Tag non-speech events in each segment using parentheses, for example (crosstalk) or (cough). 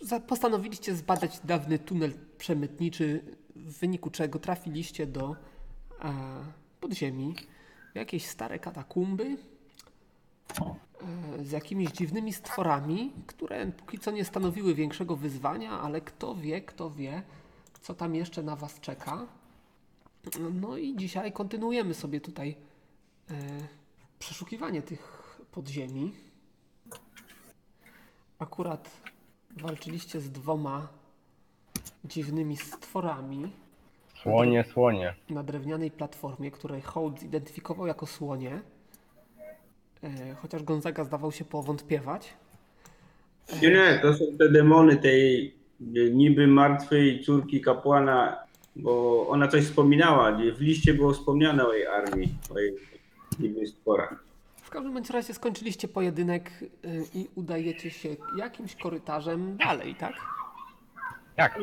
za- postanowiliście zbadać dawny tunel przemytniczy, w wyniku czego trafiliście do e, podziemi, jakieś stare katakumby e, z jakimiś dziwnymi stworami, które póki co nie stanowiły większego wyzwania, ale kto wie, kto wie, co tam jeszcze na Was czeka. No i dzisiaj kontynuujemy sobie tutaj e, przeszukiwanie tych podziemi. Akurat walczyliście z dwoma dziwnymi stworami Słonie, słonie. na drewnianej platformie, której Hołd zidentyfikował jako słonie, e, chociaż Gonzaga zdawał się powątpiewać. Nie, nie, to są te demony tej e, niby martwej córki kapłana, bo ona coś wspominała, gdzie w liście było wspomniane o jej armii, o jej niby sporach. W każdym bądź razie skończyliście pojedynek e, i udajecie się jakimś korytarzem dalej, tak? Tak,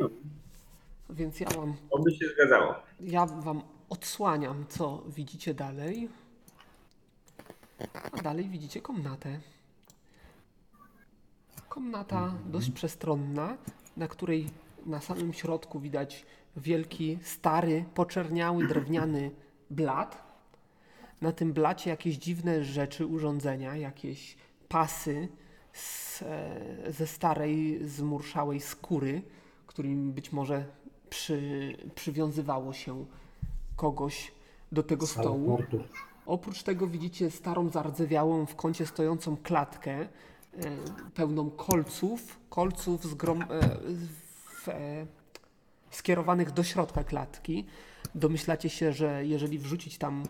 Więc ja wam, Oby się zgadzało. ja wam odsłaniam, co widzicie dalej. A dalej widzicie komnatę. Komnata dość przestronna, na której na samym środku widać wielki, stary, poczerniały, drewniany blat. Na tym blacie jakieś dziwne rzeczy, urządzenia, jakieś pasy z, e, ze starej, zmurszałej skóry, którym być może przy, przywiązywało się kogoś do tego stołu. Oprócz tego widzicie starą zardzewiałą w kącie stojącą klatkę e, pełną kolców, kolców zgrom, e, w, e, skierowanych do środka klatki. Domyślacie się, że jeżeli wrzucić tam,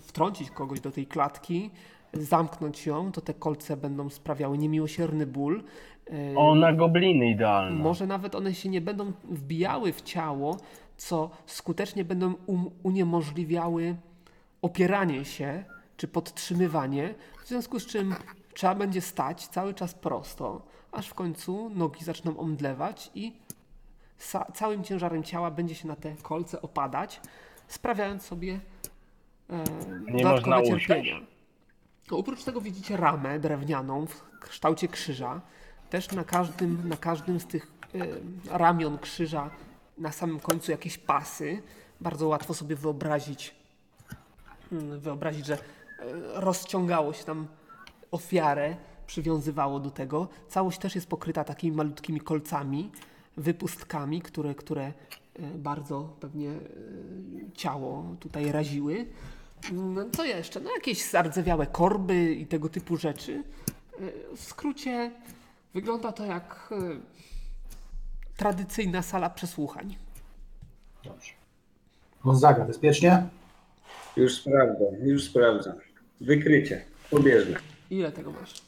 wtrącić kogoś do tej klatki, zamknąć ją, to te kolce będą sprawiały niemiłosierny ból. E, ona gobliny idealna. może nawet one się nie będą wbijały w ciało, co skutecznie będą um- uniemożliwiały opieranie się czy podtrzymywanie, w związku z czym trzeba będzie stać cały czas prosto, aż w końcu nogi zaczną omdlewać i sa- całym ciężarem ciała będzie się na te kolce opadać, sprawiając sobie e, Nie dodatkowe można usiąść? cierpienia. No, Oprócz tego widzicie ramę drewnianą w kształcie krzyża. Też na każdym, na każdym z tych y, ramion krzyża na samym końcu jakieś pasy. Bardzo łatwo sobie wyobrazić, mm, wyobrazić że y, rozciągało się tam ofiarę, przywiązywało do tego. Całość też jest pokryta takimi malutkimi kolcami, wypustkami, które, które y, bardzo pewnie y, ciało tutaj raziły. No, co jeszcze? No jakieś zardzewiałe korby i tego typu rzeczy. Y, W skrócie wygląda to jak y, tradycyjna sala przesłuchań. Dobrze. Gonzaga, bezpiecznie? Już sprawdzam, już sprawdzam. Wykrycie, pobieżne. Ile tego masz?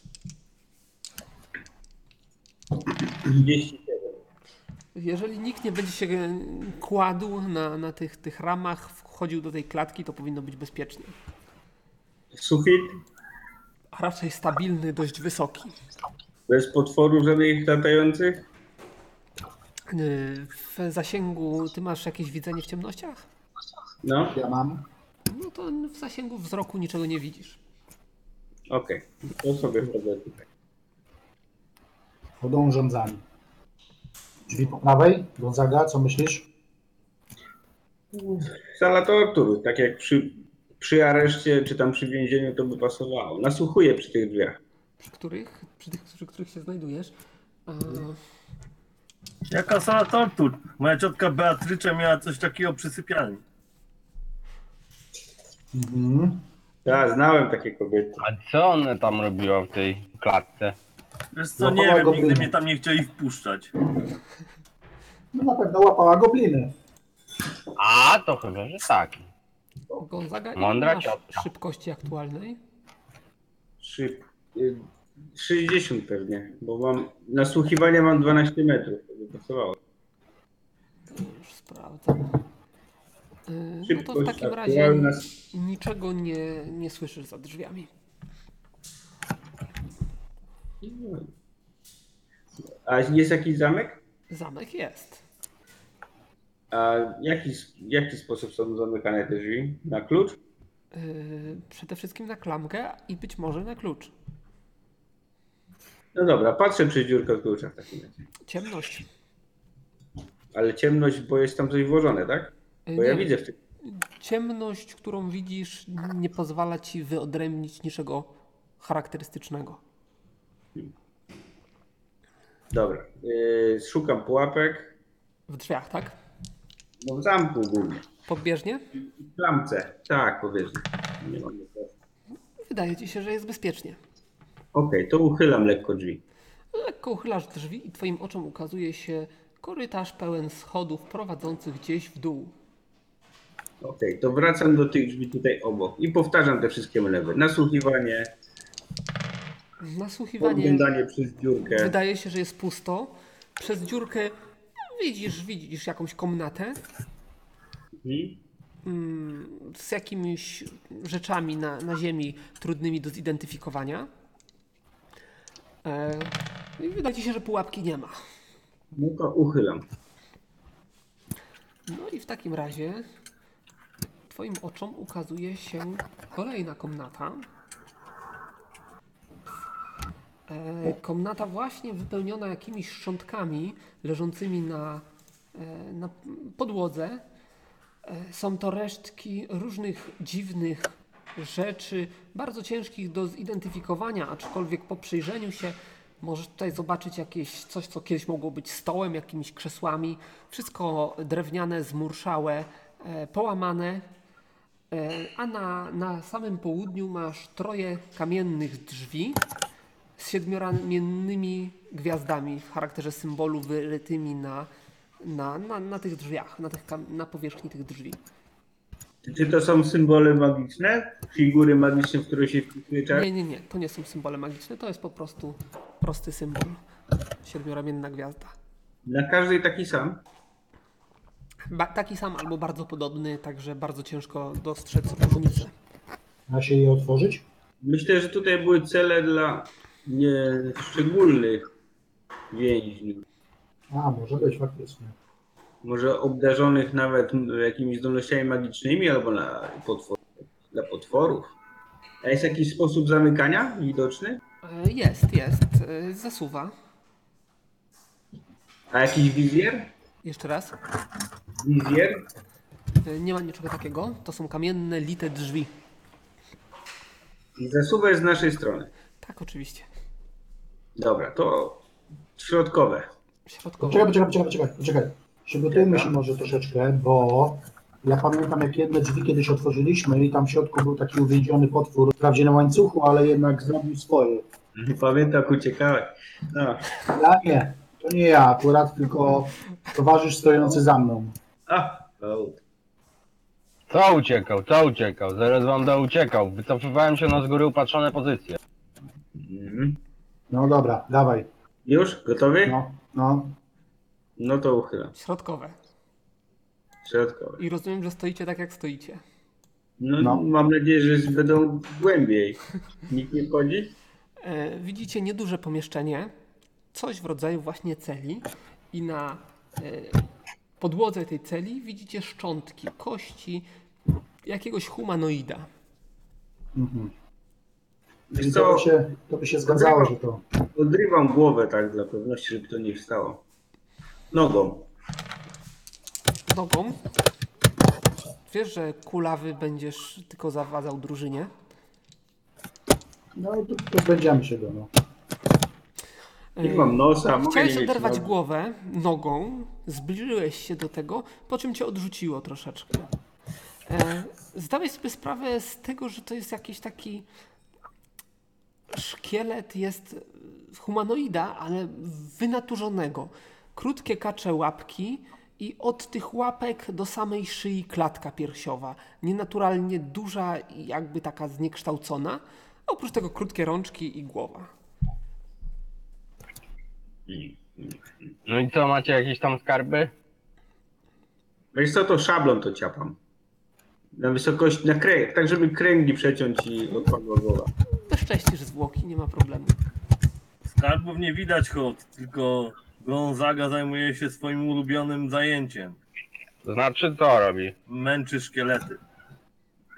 37. Jeżeli nikt nie będzie się e, kładł na, na tych, tych ramach, wchodził do tej klatki, to powinno być bezpiecznie. Sufit, A raczej stabilny, dość wysoki. bez potworów żadnych latających. Y, W zasięgu, ty masz jakieś widzenie w ciemnościach? No, Ja mam. No to w zasięgu wzroku niczego nie widzisz. okej. To sobie wchodzę tutaj. Podążam za nim. Drzwi po prawej. Gonzaga, co myślisz? Sala tortur, tak jak przy, przy areszcie czy tam przy więzieniu to by pasowało. Nasłuchuję przy tych drzwiach. Przy których, przy tych, przy których się znajdujesz. A, Jaka sala tortur? Moja ciotka Beatrycza miała coś takiego przy sypialni. Mhm. Ja znałem takie kobiety. A co ona tam robiła w tej klatce? Wiesz co, nie Łapała wiem, nigdy gobliny. mnie tam nie chcieli wpuszczać. No na pewno łapała gobliny. A, to chyba, że tak. Gonzaga, ile Mądra masz ciotka. szybkości aktualnej? Szyb, y, 60 pewnie, bo mam nasłuchiwania mam 12 metrów, to by pasowało. Już sprawdzam. Yy, No to w Szybkość takim razie aktualna- niczego nie, nie słyszysz za drzwiami. A jest jakiś zamek? Zamek jest. A jaki, jaki sposób są zamykane te drzwi? Na klucz? E, Yy, Przede wszystkim na klamkę i być może na klucz. No No dobra, patrzę przez dziurkę od klucza w takim razie. Ciemność. Ale ciemność, bo jest tam coś włożone, tak? Y, Bo ja nie, widzę w tym. Ciemność, którą widzisz, nie pozwala ci wyodrębnić niczego charakterystycznego. Dobra. Yy, szukam pułapek. W drzwiach, tak? No w zamku głównie. Podbieżnie? W klamce. Tak, powiedzmy. Nie mam nic. Wydaje ci się, że jest bezpiecznie. Okej, to uchylam lekko drzwi. Lekko uchylasz drzwi i twoim oczom ukazuje się korytarz pełen schodów prowadzących gdzieś w dół. Okej, to wracam do tych drzwi tutaj obok i powtarzam te wszystkie manewry. Nasłuchiwanie, Nasłuchiwanie podglądanie przez dziurkę. wydaje się, że jest pusto. Przez dziurkę widzisz, widzisz jakąś komnatę Mhm. mm, z jakimiś rzeczami na, na ziemi trudnymi do zidentyfikowania. E, i wydaje ci się, że pułapki nie ma. No to uchylam. No i w takim razie twoim oczom ukazuje się kolejna komnata. E, komnata właśnie wypełniona jakimiś szczątkami leżącymi na, e, na podłodze. E, są to resztki różnych dziwnych rzeczy, bardzo ciężkich do zidentyfikowania, aczkolwiek po przyjrzeniu się możesz tutaj zobaczyć jakieś coś, co kiedyś mogło być stołem, jakimiś krzesłami. Wszystko drewniane, zmurszałe, e, połamane. E, A na, na samym południu masz troje kamiennych drzwi z siedmioramiennymi gwiazdami w charakterze symbolu wyrytymi na, na, na, na tych drzwiach, na, tych, kam- na powierzchni tych drzwi. Czy to są symbole magiczne? Figury magiczne, w które się wpisuje czar? Nie, nie, nie, to nie są symbole magiczne, to jest po prostu prosty symbol. Siedmioramienna gwiazda. Na każdej taki sam? Ba taki sam albo bardzo podobny, także bardzo ciężko dostrzec różnicę. Da się je otworzyć? Myślę, że tutaj były cele dla nie, szczególnych więźniów. A, może być faktycznie. Może obdarzonych nawet m, jakimiś zdolnościami magicznymi albo na potwor, dla potworów. A jest jakiś sposób zamykania widoczny? E, Jest, jest. e, Zasuwa. A jakiś wizjer? Jeszcze raz. Wizjer? E, Nie ma niczego takiego. To są kamienne, lite drzwi. I zasuwa jest z naszej strony. Tak, oczywiście. Dobra, to środkowe. Środkowo. Czekaj, poczekaj, poczekaj, poczekaj, poczekaj. Przygotujmy się może troszeczkę, bo ja pamiętam jak jedne drzwi kiedyś otworzyliśmy i tam w środku był taki uwięziony potwór, wprawdzie na łańcuchu, ale jednak zrobił swoje. Pamiętam, jak uciekałeś. No. Ja nie, to nie ja akurat, tylko towarzysz stojący za mną. A, o, Co uciekał, co uciekał? Zaraz wam da uciekał. Wycofywałem się na z góry upatrzone pozycje. mhm. No dobra, dawaj. Już? Gotowy? No, no. No to uchylam. Środkowe. Środkowe. I rozumiem, że stoicie tak, jak stoicie. No, No. mam nadzieję, że z- będą głębiej. Nikt nie wchodzi? E, Widzicie nieduże pomieszczenie, coś w rodzaju właśnie celi i na e, podłodze tej celi widzicie szczątki, kości jakiegoś humanoida. Mhm. Wiesz To co, by, się, to by się zgadzało, że to. odrywam głowę tak dla pewności, żeby to nie wstało. Nogą. Nogą. Wiesz, że kulawy będziesz tylko zawadzał drużynie. No to pozbędziemy się go. No. E, Nie mam nosa, mogę Chciałeś nie mieć no. oderwać nogi. głowę nogą, zbliżyłeś się do tego, po czym cię odrzuciło troszeczkę. E, zdałeś sobie sprawę z tego, że to jest jakiś taki szkielet, jest e, humanoida, ale wynaturzonego. Krótkie kacze łapki i od tych łapek do samej szyi klatka piersiowa. Nienaturalnie duża i jakby taka zniekształcona. a Oprócz tego krótkie rączki i głowa. No i co, macie jakieś tam skarby? Wiesz co, to szablon to ciapam. Na wysokość, na kręg, tak żeby kręgi przeciąć i odpadła głowa. Bezcześcisz zwłoki, nie ma problemu. Skarbów nie widać chod, tylko Gonzaga zajmuje się swoim ulubionym zajęciem. To znaczy co robi? Męczy szkielety.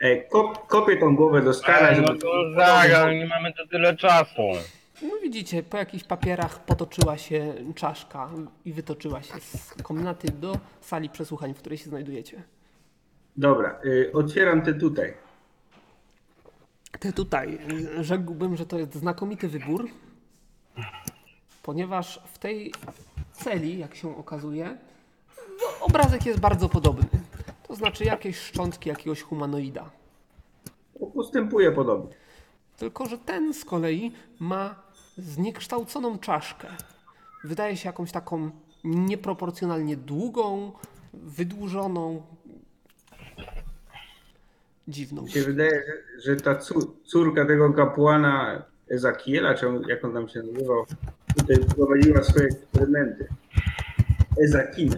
Ej, E, kop, kopię tą głowę do stara, Ej, no żeby... to zaga, nie mamy to tyle czasu. No Widzicie, po jakichś papierach potoczyła się czaszka i wytoczyła się z komnaty do sali przesłuchań, w której się znajdujecie. Dobra, y, otwieram te tutaj. Ty tutaj, rzekłbym, że to jest znakomity wybór, ponieważ w tej celi, jak się okazuje, no, obrazek jest bardzo podobny. To znaczy jakieś szczątki jakiegoś humanoida. Postępuję podobnie. Tylko, że ten z kolei ma zniekształconą czaszkę. Wydaje się jakąś taką nieproporcjonalnie długą, wydłużoną, dziwną. Mi się wydaje, że- że ta cór- córka tego kapłana Ezakiela, czy on- jak on tam się nazywał, tutaj prowadziła swoje eksperymenty. Ezakina.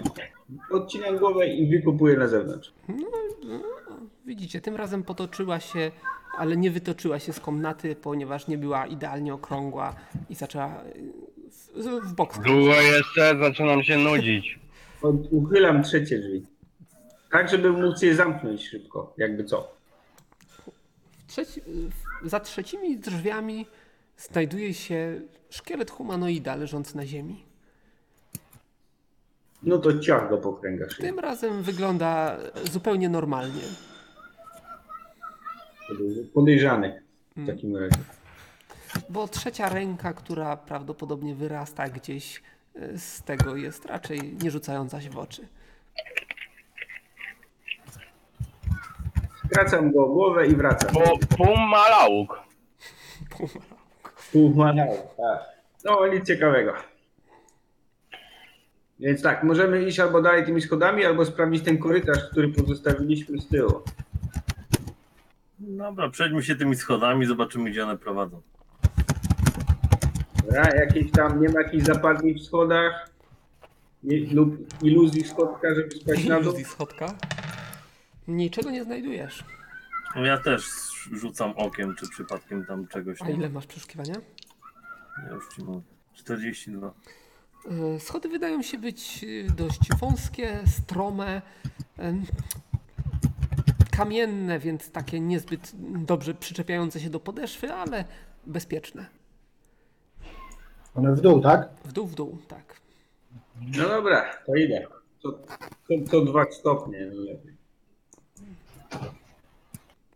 Odcinam głowę i wykupuję na zewnątrz. Widzicie, tym razem potoczyła się, ale nie wytoczyła się z komnaty, ponieważ nie była idealnie okrągła i zaczęła y, w, w bok. Długo jeszcze, zaczynam się nudzić. Od- Uchylam trzecie drzwi. Tak, żeby móc je zamknąć szybko, jakby co. Trzeci, w- za trzecimi drzwiami znajduje się szkielet humanoida leżący na ziemi. No to ciach go pokręga szyi. Tym razem wygląda zupełnie normalnie. To był Podejrzany w takim razie. Bo trzecia ręka, która prawdopodobnie wyrasta gdzieś y, z tego, jest raczej nie rzucająca się w oczy. Skracam go głowę i wracam. Pu- Pum ma lauk. Puma. Umarł, tak. No, nic ciekawego. Więc tak, możemy iść albo dalej tymi schodami, albo sprawdzić ten korytarz, który pozostawiliśmy z tyłu. Dobra, przejdźmy się tymi schodami, zobaczymy gdzie one prowadzą. Dobra, jakieś tam, nie ma jakichś zapadni w schodach nie, lub iluzji schodka, żeby spaść na dół. Iluzji schodka. Niczego nie znajdujesz. No Ja też rzucam okiem, czy przypadkiem tam czegoś A nie ile ma. masz przeszukiwania? Ja już ci mówię. 42. E, Schody wydają się być e, dość wąskie, strome, em, kamienne, więc takie niezbyt dobrze przyczepiające się do podeszwy, ale bezpieczne. One w dół, tak? W dół, w dół, tak. No dobra, to idę. Co, co, co dwa stopnie. no lepiej.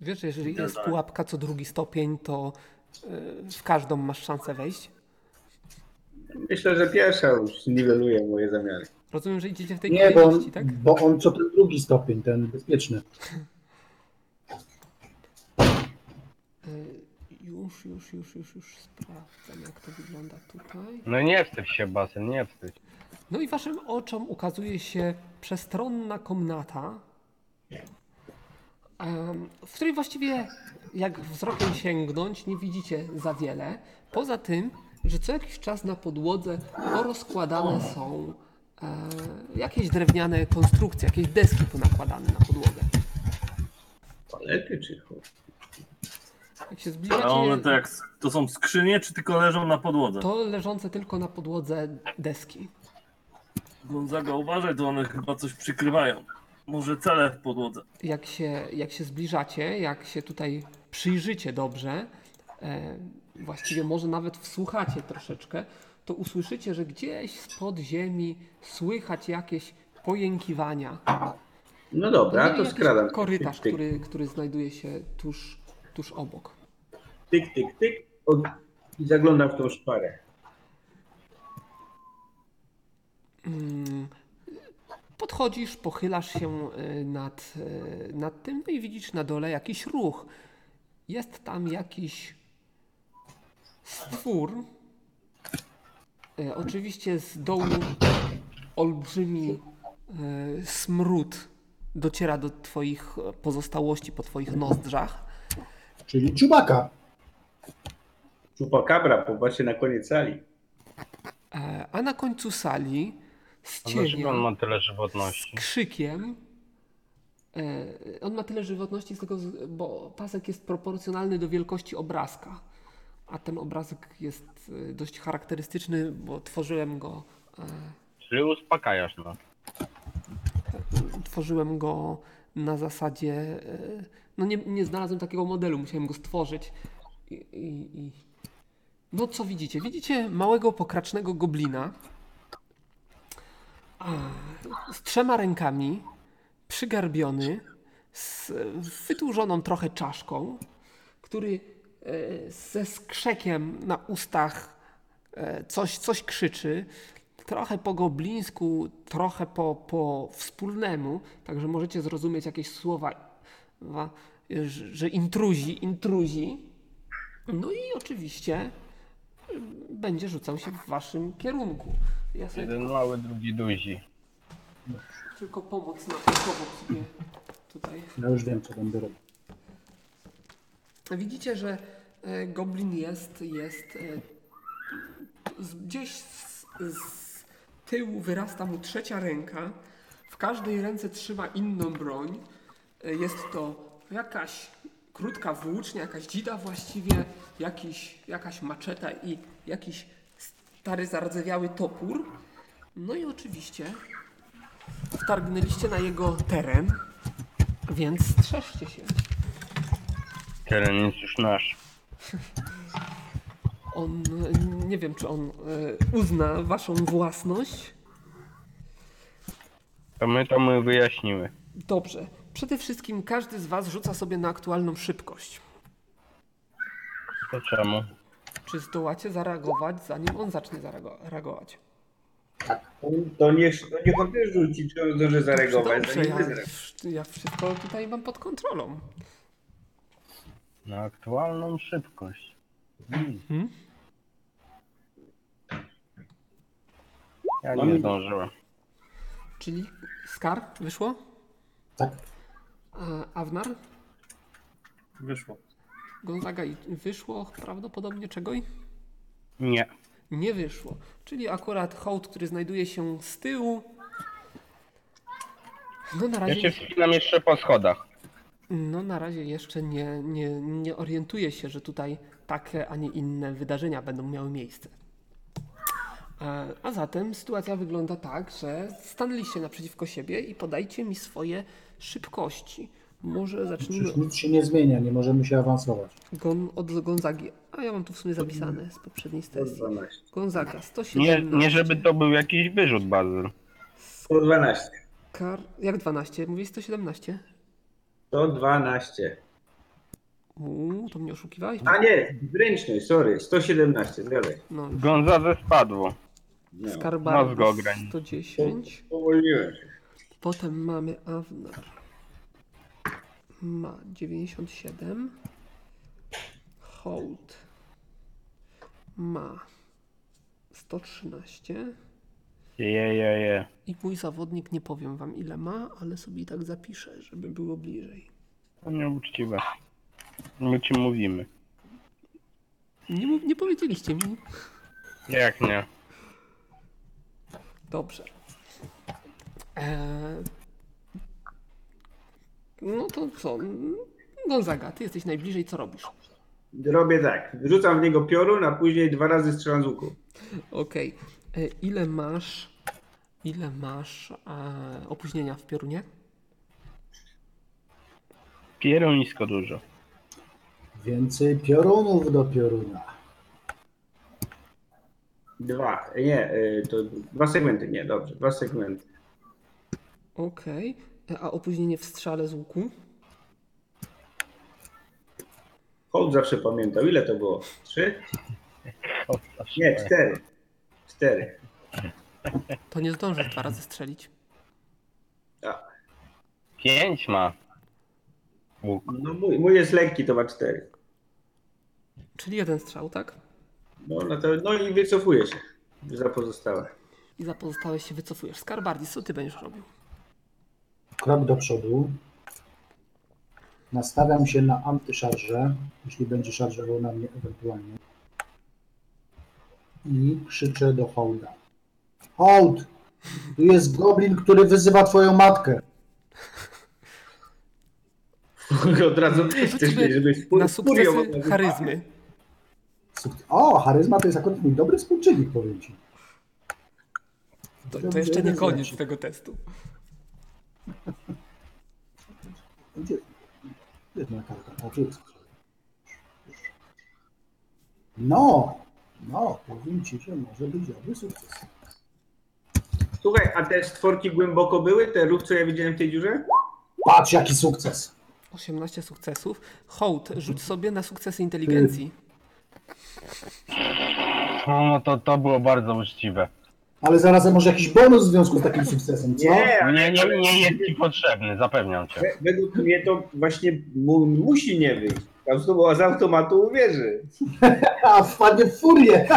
Wiesz, jeżeli Idę jest tak. dalej. pułapka co drugi stopień, to e, w każdą masz szansę wejść. Myślę, że pierwsza już niweluje moje zamiary. Rozumiem, że idziecie w tej Nie, bo on, kolejności, tak? bo on co ten drugi stopień, ten bezpieczny. E, Już, już, już, już, już sprawdzam, jak to wygląda tutaj. No nie wstydź się, basen, nie wstydź. No i waszym oczom ukazuje się przestronna komnata, em, w której właściwie jak wzrokiem sięgnąć nie widzicie za wiele. Poza tym, że co jakiś czas na podłodze rozkładane są e, jakieś drewniane konstrukcje, jakieś deski ponakładane na podłogę. Palety czy chłop? Jak się A one zbliżacie, to jak, to są skrzynie, czy tylko leżą na podłodze? to leżące tylko na podłodze deski. Gonzaga, uważaj, to one chyba coś przykrywają. Może cele w podłodze. jak się, jak się zbliżacie, jak się tutaj przyjrzycie dobrze, e, właściwie może nawet wsłuchacie troszeczkę, to usłyszycie, że gdzieś spod ziemi słychać jakieś pojękiwania. No dobra, to jakiś skradam. Korytarz, Tyk, tyk, który, który znajduje się tuż, tuż obok. Tyk, tyk, tyk. Od... I zaglądam w tą szparę. Mm, Podchodzisz, pochylasz się y, nad, y, nad tym, no i widzisz na dole jakiś ruch. Jest tam jakiś stwór. Y, Oczywiście z dołu olbrzymi y, smród dociera do Twoich e, pozostałości po Twoich nozdrzach. Czyli czubaka. Chupacabra, popatrzcie na koniec sali. E, A na końcu sali z A Dlaczego cienia. on ma tyle z żywotności? krzykiem. E, On ma tyle żywotności, z tego, z- bo pasek jest proporcjonalny do wielkości obrazka. A ten obrazek jest e, dość charakterystyczny, bo tworzyłem go, Czyli uspokajasz nas. e, tworzyłem go na zasadzie. e, No nie, nie znalazłem takiego modelu, musiałem go stworzyć. I, i, i, No co widzicie? Widzicie małego, pokracznego goblina a, z trzema rękami, przygarbiony, z e, wydłużoną trochę czaszką, który e, ze skrzekiem na ustach e, coś, coś krzyczy. Trochę po goblińsku, trochę po, po wspólnemu, także możecie zrozumieć jakieś słowa, wa- że, że intruzi, intruzi. No i oczywiście y, będzie rzucał się w waszym kierunku. Ja sobie Jeden mały, drugi duzi. tylko pomoc na pomoc sobie tutaj. Ja już wiem, co będę robił. Widzicie, że e, goblin jest, jest e, z, gdzieś z, z tyłu wyrasta mu trzecia ręka. W każdej ręce trzyma inną broń. E, Jest to jakaś krótka włócznia, jakaś dzida właściwie, jakiś, jakaś maczeta i jakiś stary zardzewiały topór. No i oczywiście wtargnęliście na jego teren, więc strzeżcie się. Teren jest już nasz. On, e, nie wiem, czy on e, uzna waszą własność. To my to my wyjaśnimy. Dobrze. Przede wszystkim każdy z was rzuca sobie na aktualną szybkość. To czemu? Czy zdołacie zareagować, zanim on zacznie zareago- reagować? To niech, to niech on też rzuci, czy on zdąży zareagować. Dobrze, zanim ja, my zareagujemy. ja wszystko tutaj mam pod kontrolą. Na aktualną szybkość. Mhm. Ja Mamy- nie zdążyłem. Czyli Skar wyszło? Tak. A Avnar? Wyszło. Gonzaga i wyszło prawdopodobnie czegoj? Nie. Nie wyszło. Czyli akurat hołd, który znajduje się z tyłu. No na Ja razie. cię wspinam jeszcze po schodach. No na razie jeszcze nie, nie, nie orientuję się, że tutaj takie, a nie inne wydarzenia będą miały miejsce. E, A zatem sytuacja wygląda tak, że stanęliście naprzeciwko siebie i podajcie mi swoje szybkości. Może zacznijmy Przecież nic się nie zmienia, nie możemy się awansować. gon, od Gonzagi. A ja mam tu w sumie zapisane z poprzedniej sesji. 112. Gonzaga Nie, 117. nie żeby to był jakiś wyrzut, Bazyl. 112. Kar... Jak 12? Mówię 117. 112. Uuu, to mnie oszukiwałeś? Tak. A nie, zręczny, sorry. 117, zgadza się. No, Gonzadze spadło. No, Skarbar Mózgu ograń. 110. Powolniłem się. Potem mamy Avnar. Ma 97. Hołd. Ma 113. Je, je, je. I mój zawodnik, nie powiem wam ile ma, ale sobie i tak zapiszę, żeby było bliżej. To nieuczciwe. My ci mówimy. Nie, mów- nie powiedzieliście mi. Jak nie? Dobrze. Eee... No to co? Gonzaga, ty jesteś najbliżej, co robisz? Robię tak. Rzucam w niego piorun, a później dwa razy strzelam z łuku. Okej. E, Ile masz. Ile masz e, opóźnienia w piorunie? Pieronisko dużo. Więcej piorunów do pioruna. Dwa. Nie, y, to dwa segmenty, nie, dobrze. Dwa segmenty. Okej. E, A opóźnienie w strzale z łuku? Hołd zawsze pamiętał. Ile to było? Trzy? Nie, cztery. Cztery. To nie zdążysz dwa razy strzelić. A, Pięć ma. Łuk. no mój, mój jest lekki, to ma cztery. Czyli jeden strzał, tak? No, no, to, no i wycofuję się za (laughs) pozostałe. I za pozostałe się wycofujesz. Skarbardis, co ty będziesz robił? Krok do przodu. Nastawiam się na antyszarżę, jeśli będzie szarżował na mnie ewentualnie. I krzyczę do hołda. Hołd! Tu jest goblin, który wyzywa twoją matkę. Od razu chcesz Rzućmy mieć, żebyś fur- na furią sukcesy mogła- charyzmy. Suk- O, charyzma to jest akurat mój dobry współczynnik, powiem ci. To, to Dobrze, jeszcze nie jeden koniec znaczy. tego testu. Gdzie? Jedna karta, tak jest. No! No, powiem ci, że może być dobry sukces. Słuchaj, a te stworki głęboko były? Te ruch, co ja widziałem w tej dziurze? Patrz, jaki sukces. 18 sukcesów. Hołd, rzuć sobie na sukcesy inteligencji. No, no to, to było bardzo uczciwe. Ale zarazem może jakiś bonus w związku z takim sukcesem, co? No. Nie, nie, nie jest ci potrzebny, zapewniam cię. we- Według mnie to właśnie mu, musi nie wyjść. Tam znowu z automatu uwierzy. A, wpadnie w furię.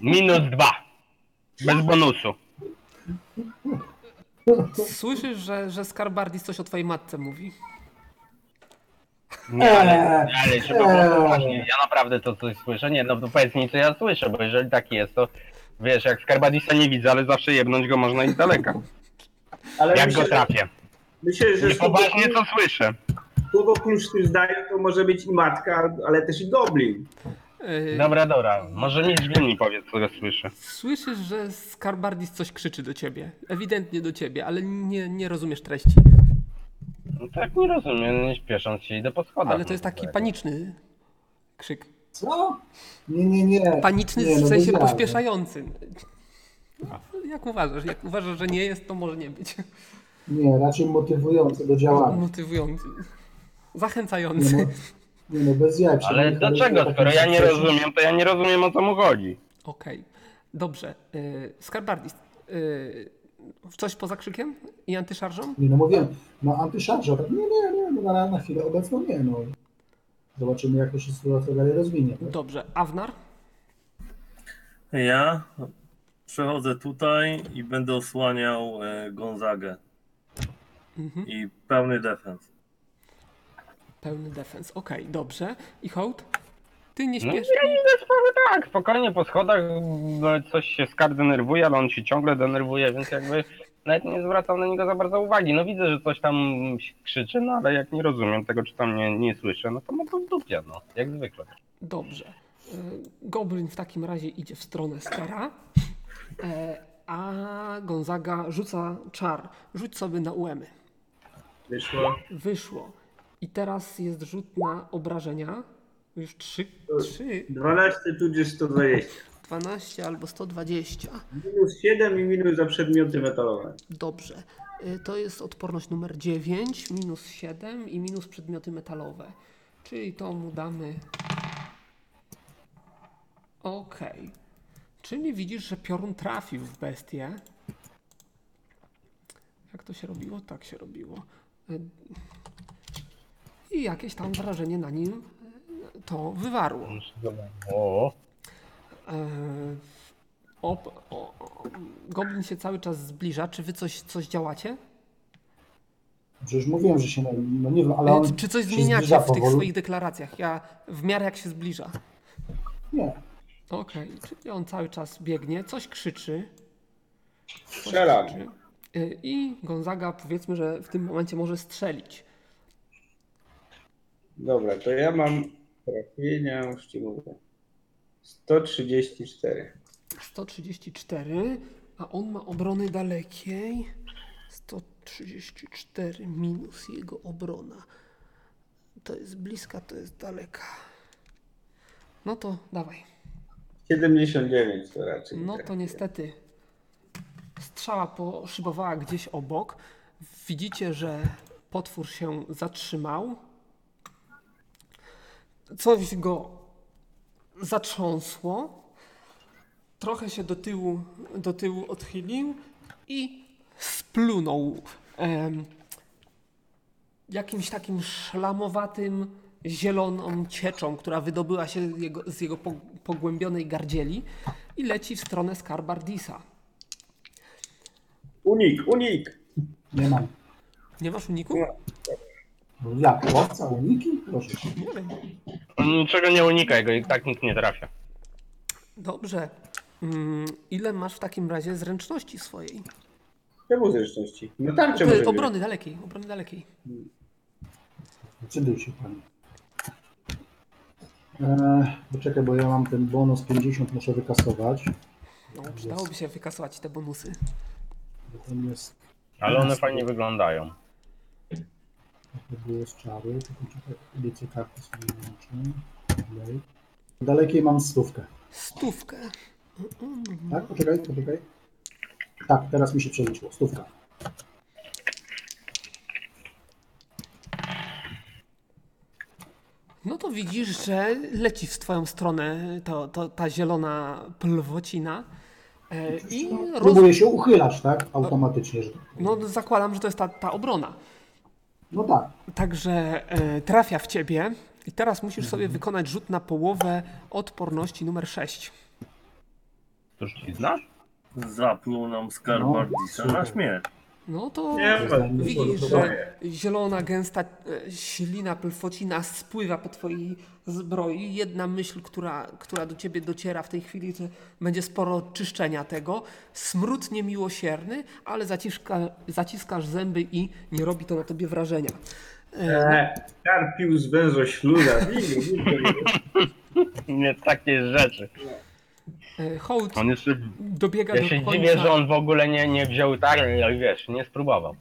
Minus dwa. Bez bonusu. Y, Słyszysz, że, że Skarbardis coś o twojej matce mówi? Nie, ale, ale trzeba było poważnie. Ja naprawdę to coś słyszę. Nie, no to powiedz mi, co ja słyszę, bo jeżeli tak jest, to wiesz, jak Skarbadisa nie widzę, ale zawsze jebnąć go można i z daleka. Ale Jak myślę, go że- trafię. Myślę, że Nie słowo, poważnie to słyszę. słowo klucz w tym zdaniu to może być i matka, ale też i goblin. Yy, Dobra, dobra. Może mi drzwi powiedz, co ja słyszę. Słyszysz, że Skarbardis coś krzyczy do ciebie. Ewidentnie do ciebie, ale nie, nie rozumiesz treści. No tak nie rozumiem, nie śpiesząc się idę po tak, schodach. no Ale to jest taki paniczny krzyk. Co? Nie, nie, nie. Paniczny Nie, no w sensie bez jaj. pośpieszający. No, jak uważasz? Jak uważasz, że nie jest, to może nie być. Tak. Nie, raczej motywujący do działania. Motywujący. Nie, no, Zachęcający. nie, no bez jaj. Ale Przynajmniej dlaczego? takim Skoro ja nie sukcesie. rozumiem, to ja nie rozumiem o co mu chodzi. Okej. Dobrze. Yy, Skarbardis. Yy, coś poza krzykiem i antyszarżą? Nie, no mówiłem, no antyszarża, tak, nie, nie, nie, no, na, na chwilę obecną nie, no. Zobaczymy, jak to się sytuacja dalej rozwinie. Tak? Dobrze. Awnar? Ja przechodzę tutaj i będę osłaniał e, Gonzagę Mhm. i pełny defens. Pełny defens. Okej, dobrze. I hołd? Ty nie No, ja śpiesz. idę sprawy tak, spokojnie po schodach, no, coś się skarb denerwuje, ale on się ciągle denerwuje, więc jakby nawet nie zwracam na niego za bardzo uwagi. No widzę, że coś tam się krzyczy, no ale jak nie rozumiem tego, czy tam nie, nie słyszę, no to mam to w dupie, no, jak zwykle. Dobrze. Y, Goblin w takim razie idzie w stronę Skara, e, a Gonzaga rzuca czar. Rzuć sobie na uemy. Wyszło. Wyszło. I teraz jest rzut na obrażenia. Już 3, 3 12 tudzież 120. 12 albo 120. Minus 7 i minus za przedmioty metalowe. Dobrze. Y, To jest odporność numer 9, minus 7 i minus przedmioty metalowe. Czyli to mu damy. Okej. Czyli widzisz, że piorun trafił w bestię. Jak to się robiło? Tak się robiło. Y, I jakieś tam wrażenie na nim y, to wywarło. O, E, Op, o, o, goblin się cały czas zbliża. Czy wy coś, coś działacie? Przecież mówiłem, że się, na- no nie wiem, ale on E, Czy coś się zmieniacie zbliża w tych powoli. swoich deklaracjach? Ja w miarę jak się zbliża. Nie, Okej, czyli on cały czas biegnie, coś krzyczy. coś Strzelam. krzyczy. E, I Gonzaga powiedzmy, że w tym momencie może strzelić. Dobra, to ja mam trafienia, już ci mówię. 134. 134, a on ma obrony dalekiej. 134 minus jego obrona. To jest bliska, to jest daleka. No to dawaj. 79 to raczej. No to trafi. niestety strzała poszybowała gdzieś obok. Widzicie, że potwór się zatrzymał. Coś go zatrząsło. Trochę się do tyłu, do tyłu odchylił i splunął em, jakimś takim szlamowatym, zieloną cieczą, która wydobyła się jego, z jego po- pogłębionej gardzieli i leci w stronę Skarbardisa. Unik, unik! nie mam. Nie masz uniku? No Jak, łowca, uniki? Proszę cię. Nie wiem. No, niczego nie unikaj go i tak nikt nie trafia. Dobrze. Mm, ile masz w takim razie zręczności swojej? Czemu zręczności? No tarczę Ty, może być. Obrony dalekiej, obrony dalekiej. Decyduj się pan. Eee, poczekaj, bo ja mam ten bonus 50, muszę wykasować. No, przydałoby się wykasować te bonusy. Bo ten jest, Ale one fajnie wyglądają. tak to były z czaru. Tylko czekaj, edycję karty sobie włączę. Dalej. Dalekiej mam stówkę. Stówkę. Tak, poczekaj, poczekaj. Tak, teraz mi się przeliczyło. Stówka. No to widzisz, że leci w twoją stronę to, to, ta zielona plwocina e, i roz... Próbuję się uchylasz, tak? Automatycznie. Że... no, zakładam, że to jest ta, ta obrona. No tak. Także e, trafia w ciebie i teraz musisz sobie wykonać rzut na połowę odporności numer 6. Cóż ci znasz? Zapnął nam No, skarb Ardisa na super. śmierć. No to Nie, Zostałem widzisz, niesportowany. że zielona, gęsta e, ślina plwocina spływa po twojej zbroi. Jedna myśl, która, która do ciebie dociera w tej chwili, to będzie sporo czyszczenia tego. Smród niemiłosierny, ale zaciska, zaciskasz zęby i nie robi to na tobie wrażenia. Eee, Karpił z węzośluza. (laughs) Widzisz, widzisz. Nie takie rzeczy. E, Hołd On jeszcze... dobiega Ja do się końca. dziwię, że on w ogóle nie, nie wziął tarczy, ale wiesz, nie spróbował.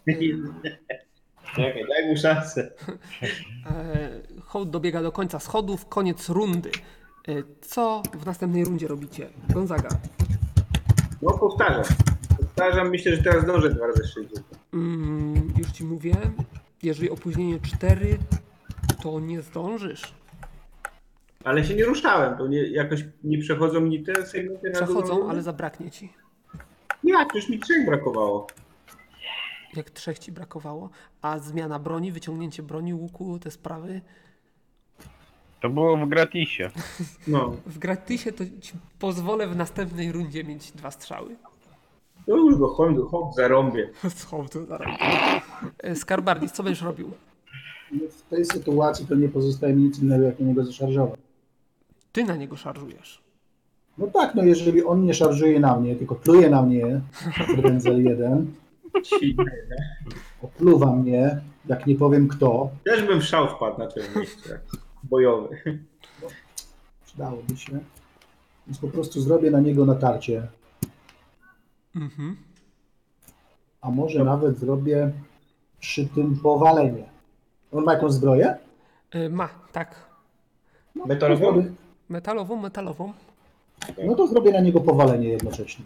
Czekaj, daj mu szansę. E, Hołd dobiega do końca schodów, koniec rundy. E, Co w następnej rundzie robicie? Gonzaga. No powtarzam. Powtarzam, myślę, że teraz zdążę dwa razy szybciej. Mm, już ci mówię, jeżeli opóźnienie 4, to nie zdążysz. Ale się nie ruszałem, bo nie, jakoś nie przechodzą mi te segmenty na Przechodzą, drugą- ale zabraknie ci. Jak? Już mi trzech brakowało. Jak trzech ci brakowało, a zmiana broni, wyciągnięcie broni, łuku, te sprawy. To było w gratisie. No, W gratisie to ci pozwolę w następnej rundzie mieć dwa strzały. (laughs) to już go hop, hop zarąbię. Schop to zaraz. E, Skarbardis, co będziesz robił? No, W tej sytuacji to nie pozostaje mi nic innego, jak na niego zaszarżować. Ty na niego szarżujesz. No tak, no jeżeli on nie szarżuje na mnie, tylko pluje na mnie, Brędzel jeden, Ci- opluwa mnie, jak nie powiem kto, Też bym w szał wpadł na twoim miejscu. jak Bojowy. przydałoby się, więc po prostu zrobię na niego natarcie, Mhm. a może nawet zrobię przy tym powalenie. On ma jakąś zbroję? E, Ma, tak. No, Metalową? to zrobię- Metalową, metalową. No to zrobię na niego powalenie jednocześnie.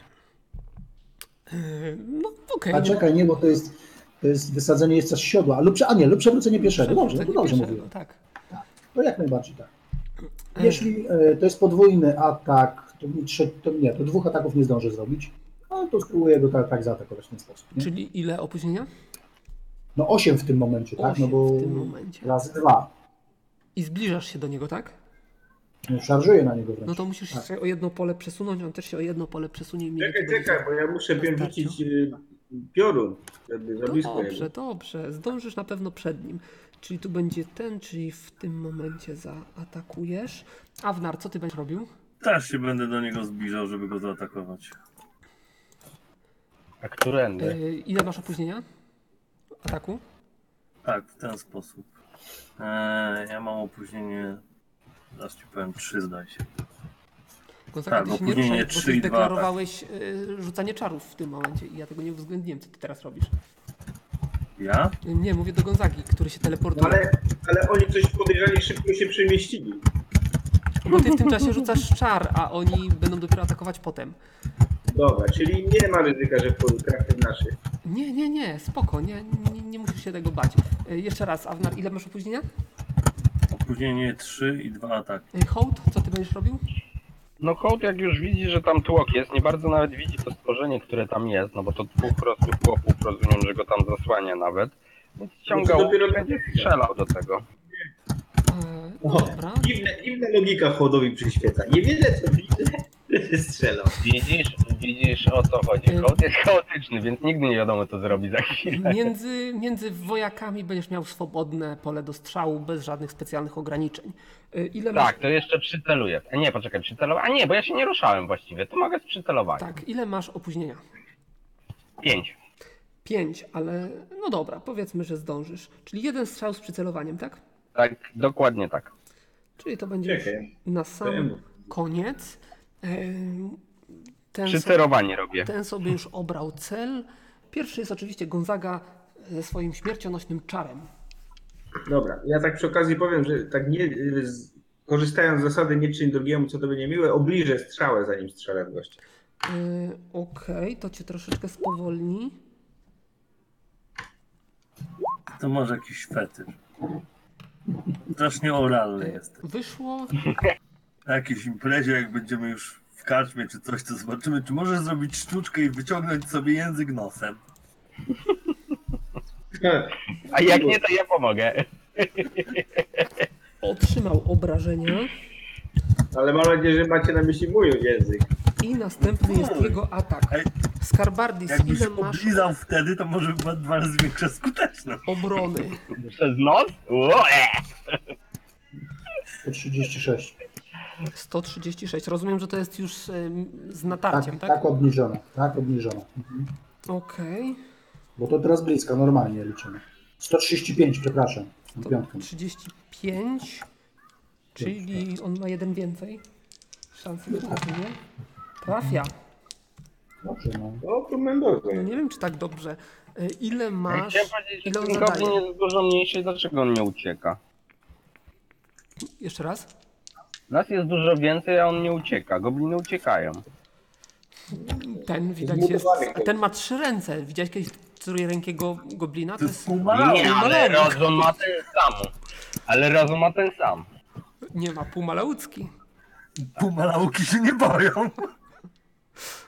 E, No okej. A czekaj, nie, bo to jest, to jest wysadzenie jeszcze z siodła, a, lub, prze- a nie, lub przewrócenie pieszego. Dobrze, no to dobrze Pieszego, mówiłem. Tak. No jak najbardziej tak. Jeśli e, to jest podwójny atak, to, mi trze- to nie, to dwóch ataków nie zdążę zrobić, ale to spróbuję go tak, tak zaatakować w ten sposób. Nie? Czyli ile opóźnienia? No 8 w tym momencie, tak? No Osiem bo w tym momencie. raz dwa. I zbliżasz się do niego, tak? No, szarżuję na niego No wręcz. to musisz Tak. się o jedno pole przesunąć, on też się o jedno pole przesunie. i mniej Czekaj, będzie czekaj, bo ja muszę na pierw starciu. rzucić y, piorun, żeby za blisko nie No Dobrze, było. dobrze. Zdążysz na pewno przed nim. Czyli tu będzie ten, czyli w tym momencie zaatakujesz. Awnar, co ty będziesz robił? Też się będę do niego zbliżał, żeby go zaatakować. A którędy? Yy, ile masz opóźnienia? Ataku? Tak, w ten sposób. Eee, ja mam opóźnienie, zaraz ci powiem, 3 zdaje się. Gonzaga, Tak, ty się nie opóźnienie ruszaj, bo trzy ty i dwa, deklarowałeś yy, rzucanie czarów w tym momencie i ja tego nie uwzględniłem, co ty teraz robisz. Ja? Yy, Nie, mówię do Gonzagi, który się teleportuje. No ale, ale oni coś podejrzanie szybko się przemieścili. Bo ty w tym czasie rzucasz czar, a oni będą dopiero atakować potem. Dobra, czyli nie ma ryzyka, że trafię w naszych. Nie, nie, nie, spoko, nie, nie, nie musisz się tego bać. E, Jeszcze raz, Avnar, ile masz opóźnienia? Opóźnienie 3 i 2 ataki. E, Hołd, co ty będziesz robił? No hołd jak już widzi, że tam tłok jest, nie bardzo nawet widzi to stworzenie, które tam jest, no bo to dwóch rosłych chłopów, rozumiem, że go tam zasłania nawet. Więc ściąga No to łuk dopiero- i będzie strzelał do tego. E, O. dobra. Dziwna, dziwna logika chłodowi przyświeca. Niewiele co widzę, że strzelał. Widzisz, widzisz o co chodzi. Ym. Hołd jest chaotyczny, więc nigdy nie wiadomo co zrobi za chwilę. Między, między wojakami będziesz miał swobodne pole do strzału, bez żadnych specjalnych ograniczeń. E, Ile Tak, to jeszcze przyceluję. A nie, poczekaj, przycelowa. A nie, bo ja się nie ruszałem właściwie, to mogę z przycelowania. masz, tak, ile masz opóźnienia? Pięć. Pięć, ale no dobra, powiedzmy, że zdążysz. Czyli jeden strzał z przycelowaniem, tak? Tak, dokładnie tak. Czyli to będzie już Czekaj. na sam Wiem. koniec. E, Ten sobie- Przycelowanie robię. Ten sobie już obrał cel. Pierwszy jest oczywiście Gonzaga ze swoim śmiercionośnym czarem. Dobra, ja tak przy okazji powiem, że tak nie, z- korzystając z zasady nie czyń drugiemu, co tobie niemiłe, obliżę strzałę, zanim strzelę w gościa. (laughs) Yy, Okej, to cię troszeczkę spowolni. To może jakiś fetysz. Strasznie oralny jest. Wyszło Na jakiejś imprezie, jak będziemy już w karczmie czy coś, to zobaczymy, czy możesz zrobić sztuczkę i wyciągnąć sobie język nosem. A jak nie, to ja pomogę. (laughs) otrzymał obrażenia Ale mam nadzieję, że macie na myśli mój język. i następny jest jego atak. Ej. Skarbardi, z Jakbyś ile masz oblizał wtedy, to może była dwa razy większa skuteczność. obrony? Przez nos? e. Ue! 136. 136. Rozumiem, że to jest już em, z Tak, natarciem, tak? tak? obniżone, tak obniżone. Mhm. Okej. Bo to teraz blisko, normalnie liczymy. 135, przepraszam. To Piątką. 35, czyli on ma jeden więcej. Szansy na trafienie. Trafia. Dobrze, no. No, to Mendoza. No nie wiem, czy tak dobrze. E, Ile Ja masz? No Chciałem powiedzieć, że Ile on ten goblin zadaje? jest dużo mniejszy, dlaczego on nie ucieka? Jeszcze raz? Nas jest dużo więcej, a on nie ucieka. Gobliny uciekają. Ten widać jest. Zmutowany A ten ma trzy ręce. Widziałeś kiedyś trójrękiego goblina? To jest... Pumala, Nie, ale maleńko. rozum ma ten sam. Ale rozum ma ten sam. Nie ma półmaleucki. pumalałki się nie boją.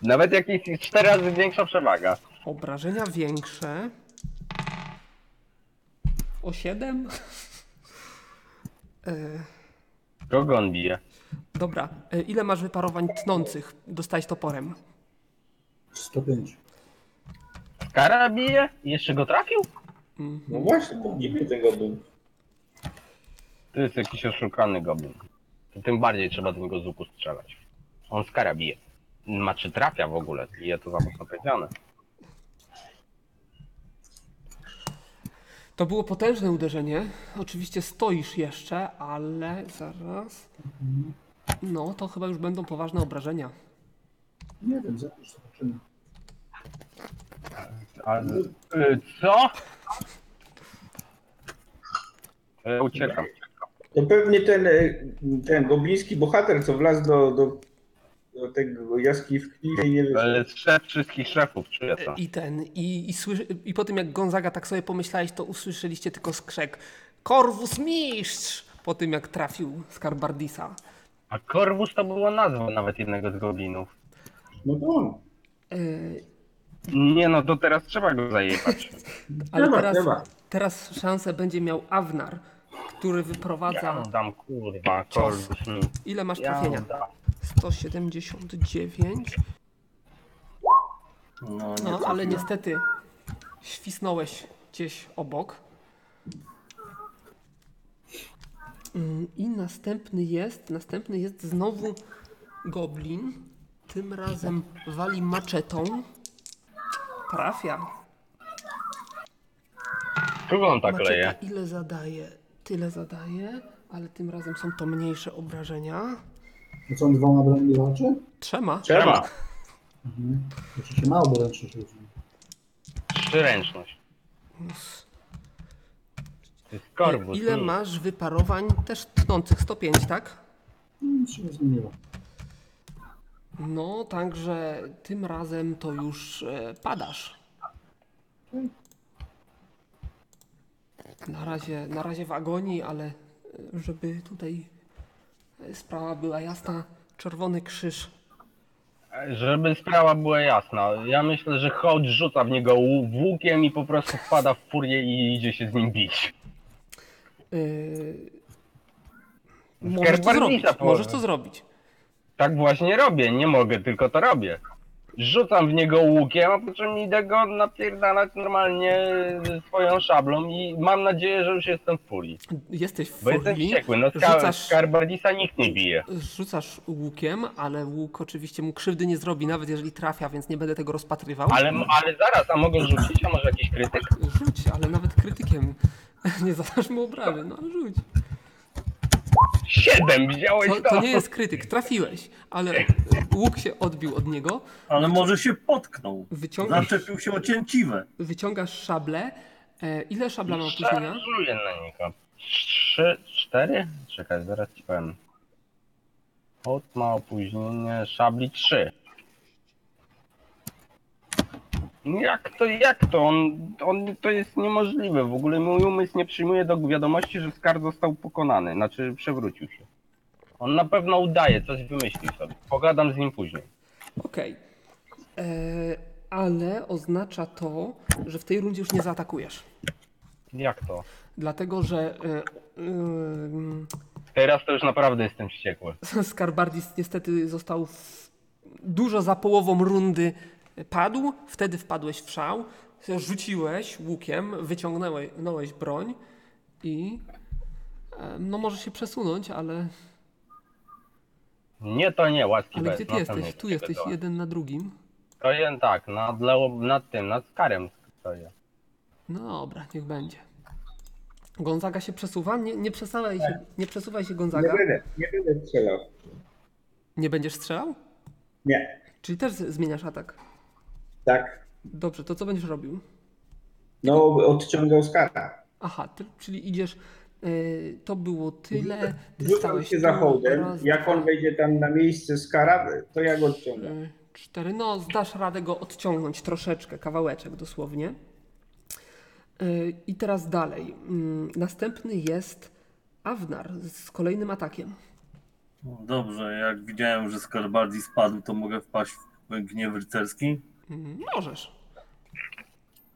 Nawet jakieś cztery razy większa przewaga. Obrażenia większe. O 7. Kogo on bije? Dobra. E, Ile masz wyparowań tnących? Dostałeś toporem. 105. Kara bije? Jeszcze go trafił? No właśnie, to nie wiem tego był. To jest jakiś oszukany goblin. To tym bardziej trzeba do niego z łuku strzelać. On z kara bije. Ma czy trafia w ogóle? Bije to za mocno powiedziane. To było potężne uderzenie. Oczywiście stoisz jeszcze, ale zaraz. No, to chyba już będą poważne obrażenia. Nie wiem, zapisz, zobaczymy. Ale... Y, Co? Y, Uciekam. To pewnie ten, e, ten gobliński bohater, co wlazł do, do, do tego jaskiwki i nie wiem. Ale szef wszystkich szefów, czuję to. I ten, i, i, słyszy, i po tym jak Gonzaga tak sobie pomyślałeś, to usłyszeliście tylko skrzyk Korwus mistrz! Po tym jak trafił Skarbardisa. A Korwus to była nazwa nawet jednego z goblinów. No to on. Yy, Nie no, to teraz trzeba go zajebać. ale Trzeba, teraz, trzeba. teraz szansę będzie miał Awnar, który Ja wyprowadza... mu dam kurwa, Korwus. mi. Ile masz Ja mu trafienia? dam. 179. No, nie No, ale trafiłem. niestety świsnąłeś gdzieś obok. Mm, I następny jest, następny jest znowu goblin. Tym razem wali maczetą. Trafia. Kogo on tak Maczeta leje? ile zadaje? Tyle zadaje, ale tym razem są to mniejsze obrażenia. To są dwoma broni walczy? Trzema. Trzeba. Mhm. Znaczy się mało broni rzuci. Szczyręczność. To jest Korwus. Ile mi. masz wyparowań też tnących? 105, tak? Nic się nie zmieniło. No, także tym razem to już e, padasz. Na razie, na razie w agonii, ale e, żeby tutaj e, sprawa była jasna, czerwony krzyż. Żeby sprawa była jasna, ja myślę, że Hołd rzuca w niego łu- włókiem i po prostu wpada w furię i idzie się z nim bić. E, możesz to zrobić. Skarbardisa po- Możesz to zrobić. Tak właśnie robię, nie mogę, tylko to robię. Rzucam w niego łukiem, a po czym idę go napierdalać normalnie swoją szablą i mam nadzieję, że już jestem w furii. Jesteś w Bo jestem furii, wściekły, no ska- rzucasz, Skarbardisa nikt nie bije. rzucasz łukiem, ale łuk oczywiście mu krzywdy nie zrobi, nawet jeżeli trafia, więc nie będę tego rozpatrywał. Ale, ale zaraz, a mogę rzucić, a może jakiś krytyk? Rzuć, ale nawet krytykiem (laughs) nie zadasz mu obrażeń, no ale rzuć. Siedem, wziąłeś To, to nie jest krytyk, trafiłeś, ale łuk się odbił od niego, Ale może się potknął. wyciągasz, Zaczepił się o cięciwe. wyciągasz szablę. E, ile szabla ma opóźnienia? Szarżuję na niego. Trzy, cztery? Czekaj, zaraz ci powiem. Kot ma opóźnienie szabli 3. Jak to, jak to? On, on, to jest niemożliwe. W ogóle mój umysł nie przyjmuje do wiadomości, że Skar został pokonany, znaczy przewrócił się. On na pewno udaje, coś wymyślił sobie. Pogadam z nim później. Okej. E, Ale oznacza to, że w tej rundzie już nie zaatakujesz. Jak to? Dlatego, że e, ym, Teraz to już naprawdę jestem wściekły. (laughs) Skarbardis niestety został w... dużo za połową rundy padł, wtedy wpadłeś w szał, rzuciłeś łukiem, wyciągnąłeś gnąłeś broń i e, no możesz się przesunąć, ale, Nie, to nie, łaski ale bez. gdzie ty na pewno jesteś? Tu nie jesteś bez. jeden na drugim. Stoję tak, nad, Leo, nad tym, nad Skarem stoję. No dobra, niech będzie. Gonzaga się przesuwa? Nie, nie, przesuwaj, się, nie przesuwaj się Nie Gonzaga. będę, nie będę strzelał. Nie będziesz strzelał? Nie, Czyli też z- zmieniasz atak. tak. Dobrze, to co będziesz robił? No, odciągał skara. Aha, ty, czyli idziesz. y, to było tyle. Ty Rzucam stałeś się za tu, hołdem. raz, Jak on dwa, wejdzie tam na miejsce skara, to ja go odciągam. y, Cztery. No, zdasz radę go odciągnąć troszeczkę, kawałeczek dosłownie. Y, I teraz dalej. Mm, Następny jest Awnar z kolejnym atakiem. Dobrze, jak widziałem, że Skarbardi spadł, to mogę wpaść w gniew rycerski. Mm, Możesz.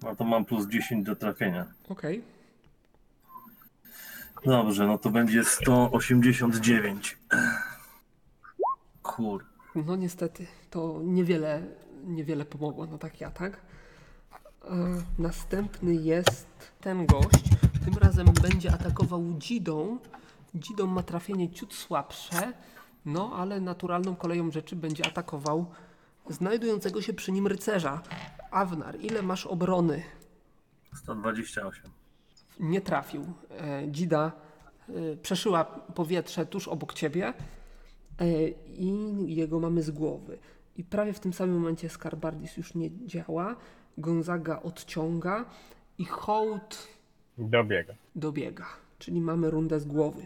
No to mam plus 10 do trafienia. Okej. Dobrze, no to będzie 189. Kur. No niestety, to niewiele, niewiele pomogło no na taki atak. tak? E, Następny jest ten gość. Tym razem będzie atakował dzidą. Dzidą ma trafienie ciut słabsze, no ale naturalną koleją rzeczy będzie atakował znajdującego się przy nim rycerza. Awnar, ile masz obrony? 128. Nie trafił. E, Dzida e, przeszyła powietrze tuż obok ciebie e, i jego mamy z głowy. I prawie w tym samym momencie Skarbardis już nie działa. Gonzaga odciąga i hołd Dobiega. dobiega. Czyli mamy rundę z głowy.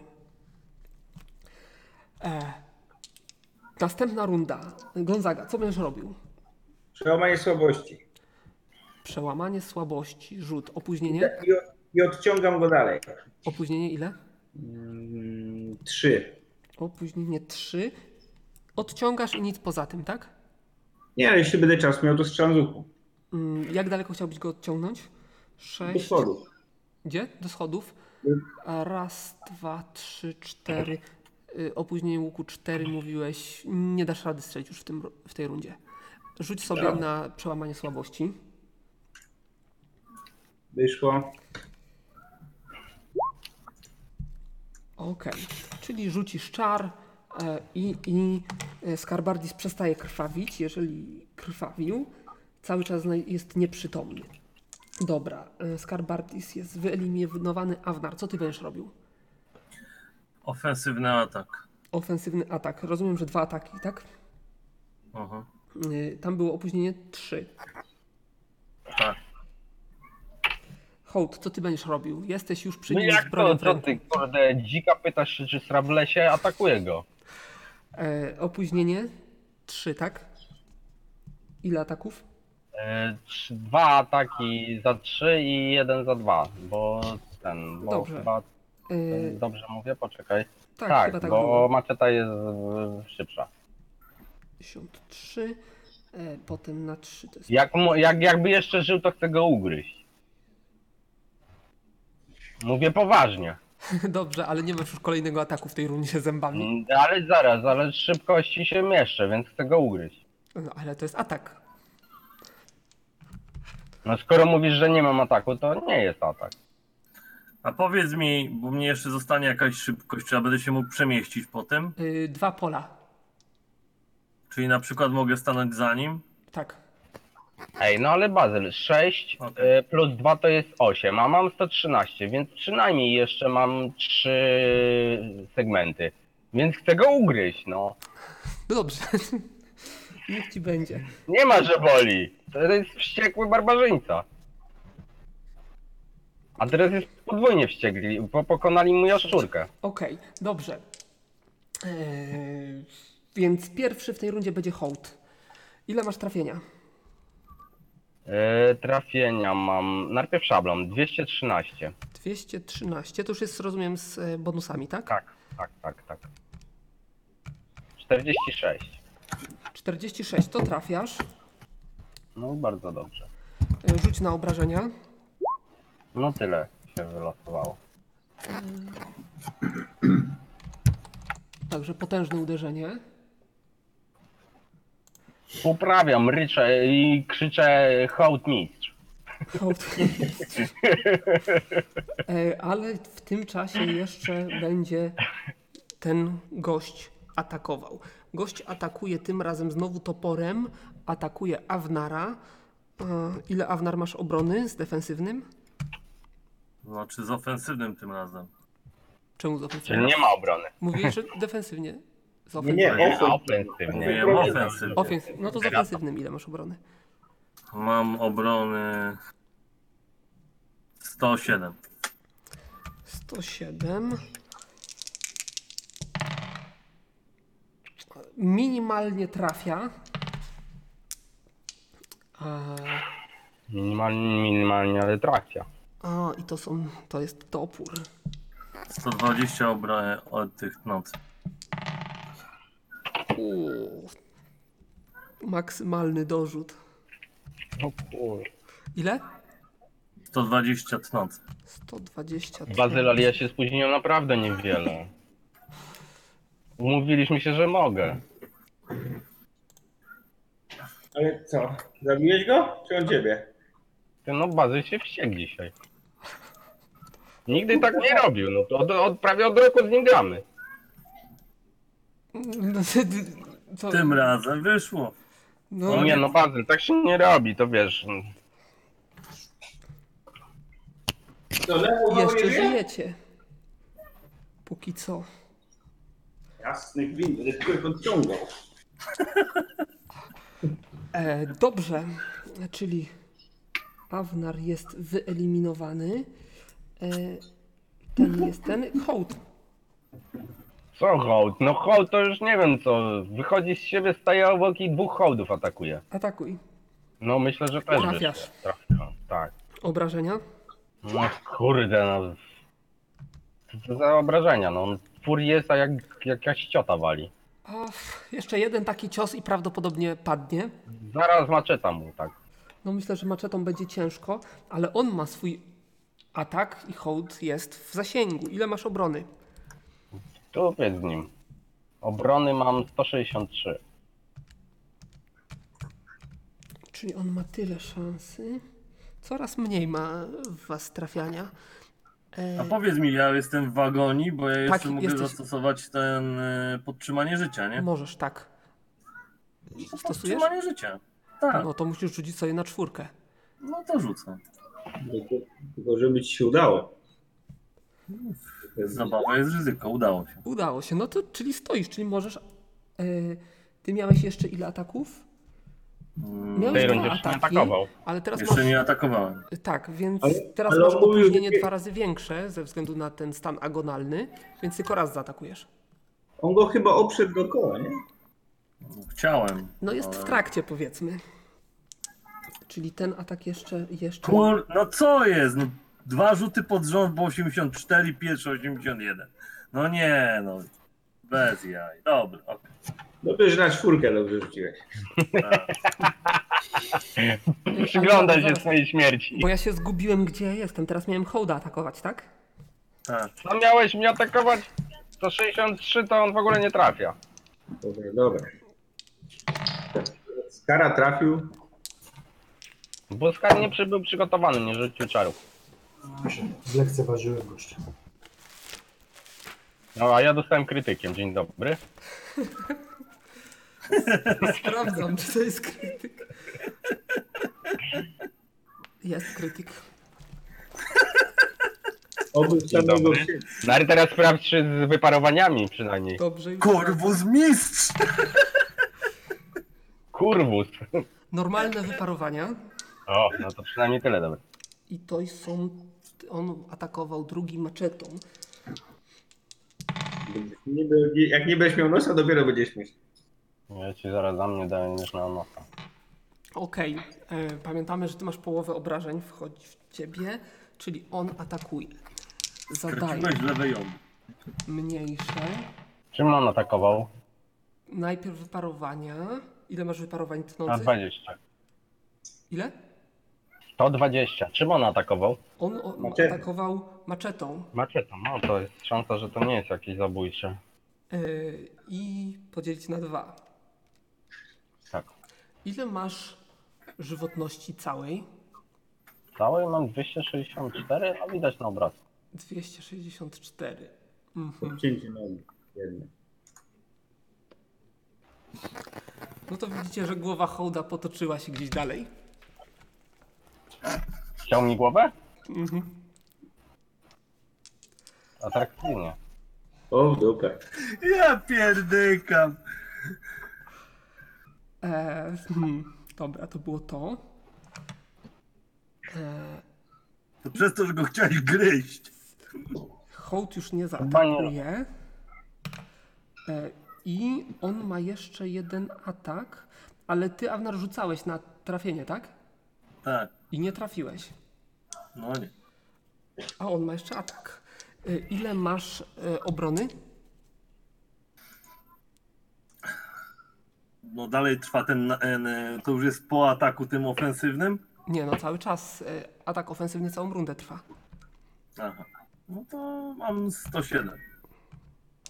E, następna runda. Gonzaga, co będziesz robił? Przełamanie słabości. Przełamanie słabości, rzut, opóźnienie. I, I odciągam go dalej. Opóźnienie ile? Mm, Trzy. Opóźnienie 3. Odciągasz i nic poza tym, tak? Nie, ale jeśli będę czas miał, to strzelam z łuku. Mm, Jak daleko chciałbyś go odciągnąć? 6. Potworów. Gdzie? Do schodów. A Raz, dwa, trzy, cztery. Y, Opóźnienie łuku 4 mówiłeś. Nie dasz rady strzelić już w, tym, ru- w tej rundzie. Rzuć sobie na przełamanie słabości. Wyszło. Okej, czyli rzucisz czar e, i, i e, Skarbardis przestaje krwawić, jeżeli krwawił, cały czas zna- jest nieprzytomny. Dobra, e, Skarbardis jest wyeliminowany. Awnar, co ty będziesz robił? Ofensywny atak. Ofensywny atak. Rozumiem, że dwa ataki, tak? Aha. Y, Tam było opóźnienie 3. Tak. Hołd, co ty będziesz robił? Jesteś już przy No nim jak z to, bronią w co ręku. ty, kurde, dzika pytasz, się, czy sra w lesie, atakuje go. E, Opóźnienie 3, tak? Ile ataków? E, trz- Dwa ataki za trzy i jeden za dwa, bo ten, bo Dobrze. chyba, E, dobrze mówię, poczekaj. tak, Tak, chyba tak bo było. maczeta jest e, szybsza. 53, e, potem na 3 to jest. Jak, mu- jak, jakby jeszcze żył, to chcę go ugryźć. Mówię poważnie. (laughs) Dobrze, ale nie masz już kolejnego ataku w tej rundzie zębami. Mm, Ale zaraz, ale szybkości się mieszczę, więc chcę go ugryźć. No, ale to jest atak. No skoro mówisz, że nie mam ataku, to nie jest atak. A powiedz mi, bo mnie jeszcze zostanie jakaś szybkość, czy ja będę się mógł przemieścić po tym? Y, dwa pola. Czyli na przykład mogę stanąć za nim? Tak. Ej, no ale Bazyl, 6 Okej. e, plus 2 to jest 8, a mam 113, więc przynajmniej jeszcze mam 3 segmenty. Więc chcę go ugryźć, no. No dobrze. (laughs) Niech ci będzie. Nie ma, że boli. To jest wściekły barbarzyńca. A teraz jest podwójnie wściekli, bo pokonali mu jaszczurkę. Okej, dobrze. Eee, Więc pierwszy w tej rundzie będzie hołd. Ile masz trafienia? E, trafienia mam. Najpierw szablon, 213. 213. To już jest, rozumiem, z e, bonusami, tak? Tak, tak, tak, tak. 46. 46. To trafiasz. No bardzo dobrze. E, Rzuć na obrażenia. No tyle się wylosowało. Także potężne uderzenie. Poprawiam, ryczę i krzyczę hołd mistrz. Hołd. E, Ale w tym czasie jeszcze będzie ten gość atakował. Gość atakuje tym razem znowu toporem. Atakuje Avnara. E, Ile Avnar masz obrony z defensywnym? Znaczy z ofensywnym tym razem. Czemu z Czyli ofensywnym? nie ma obrony. Mówiłeś, że defensywnie. Z Nie, nie, ofensywnym. Nie, ofensywnie. ofensywnie. Mówiłem ofensywnie. Ofens- no to z ofensywnym ile masz obrony? Mam obrony 107. 107. Minimalnie trafia. E, A, Minimalnie, minimalnie, ale trafia. a, i to są, to jest topór. 120 obrony od tych nocy. Uuu. Maksymalny dorzut. No kur... Ile? 120 tnący. 120. Bazyl, ale ja się spóźniłem naprawdę niewiele. Umówiliśmy się, że mogę. Ale co? Zabiłeś go? Czy on ciebie? Ty, No Bazyl się wściekł dzisiaj. Nigdy tak nie robił, no to od, od, prawie od roku z nim gramy. No, ty- ty- co? Tym razem wyszło. No, No nie no Bazyl, tak się nie robi, to wiesz. no, To no. lewo jeszcze żyje? żyjecie. Póki co. Jasny gwint, że tylko podciągał. E, dobrze, czyli Awnar jest wyeliminowany. E, ten jest ten. Hołd. Co hołd? No hołd to już nie wiem co. Wychodzi z siebie, staje obok i dwóch hołdów atakuje. Atakuj. No myślę, że też Trafiasz. wyszło. Trafia, tak. Obrażenia. No kurde no. Co to za obrażenia, no. Fur jest, a jak jakaś ciota wali. O, jeszcze jeden taki cios i prawdopodobnie padnie. Zaraz maczeta mu, tak. No myślę, że maczetą będzie ciężko, ale on ma swój atak i hołd jest w zasięgu. Ile masz obrony? Tu jest z nim. Obrony mam 163. Czyli on ma tyle szansy. Coraz mniej ma w was trafiania. E, A powiedz mi, ja jestem w wagonie, bo ja jeszcze mogę Tak, jesteś- zastosować ten y, podtrzymanie życia, nie? Możesz tak. Stosujesz? Podtrzymanie życia. Tak, No to musisz rzucić sobie na czwórkę. no to rzucę. Tylko żeby ci się udało. Zabawa jest ryzyko, udało się. Udało się. No to czyli stoisz, czyli możesz. E, ty miałeś jeszcze ile ataków? W tej Miałeś rundzie dwa już nie ataki, atakował. ale teraz Jeszcze masz. nie atakowałem. Tak, więc Ale- teraz ale masz on mówił, opóźnienie że- dwa razy większe ze względu na ten stan agonalny, więc tylko raz zaatakujesz. On go chyba obszedł dookoła, nie? Chciałem. No jest w ale- trakcie, powiedzmy. Czyli ten atak jeszcze. jeszcze... Kur... No co jest? No, dwa rzuty pod rząd po 84, pierwszy 81. No nie, no. Bez jaj. Dobra, okej. Dobrze, że na czwórkę dobrze rzuciłeś. tak. Przyglądaj Ale się zaraz, swojej śmierci. Bo ja się zgubiłem, gdzie ja jestem. Teraz miałem hołda atakować, tak? tak. Co No, miałeś mnie atakować? 163 to on w ogóle nie trafia. Dobra, dobra. Skara trafił. Bo Skar nie przy- był przygotowany, nie rzucił czarów. Zlekceważyłem gościa. No a ja dostałem krytykiem, dzień dobry. Sprawdzam, czy to jest krytyk. Jest krytyk. Oby samego dobry. No ale teraz sprawdź czy z wyparowaniami przynajmniej. Dobrze. już. Korwus mistrz! Kurwus. Normalne wyparowania. (laughs) O, no to przynajmniej tyle dobre. I to są. On atakował drugi maczetą. Niby, jak nie będziesz miał nosa, dopiero będziesz myślał. Ja ci zaraz za mnie daję niż na nosa. Okej, e, pamiętamy, że ty masz połowę obrażeń, wchodzi w ciebie, czyli on atakuje. Zadaje Kroczyłeś lewej jądry. mniejsze, Czym on atakował? najpierw wyparowania. Ile masz wyparowań Na tnących? 20. Ile? To 20. Czym on atakował? On o, Maczetą. atakował maczetą Maczetą. No to jest szansa, że to nie jest jakieś zabójcze. e, i podzielić na dwa. Tak. Ile masz żywotności całej? Całej mam 264, a no widać na obraz. 264. Mhm. Obcięcie nogi. Jedno. No to widzicie, że głowa hołda potoczyła się gdzieś dalej. Chciał mi głowę? Mhm. Atrakcyjnie. O, w dupę. Ja pierdykam. E, hmm, dobra, to było to. E, To przez to, że go chciałeś gryźć. Hołd już nie zaatakuje. E, I on ma jeszcze jeden atak, ale ty, Avnar, rzucałeś na trafienie, tak? Tak, I nie trafiłeś. no nie. A on ma jeszcze atak. E, ile masz e, obrony? No dalej trwa ten, na- en, e, to już jest po ataku tym ofensywnym. Nie, no cały czas. E, atak ofensywny całą rundę trwa. Aha. No to mam 107.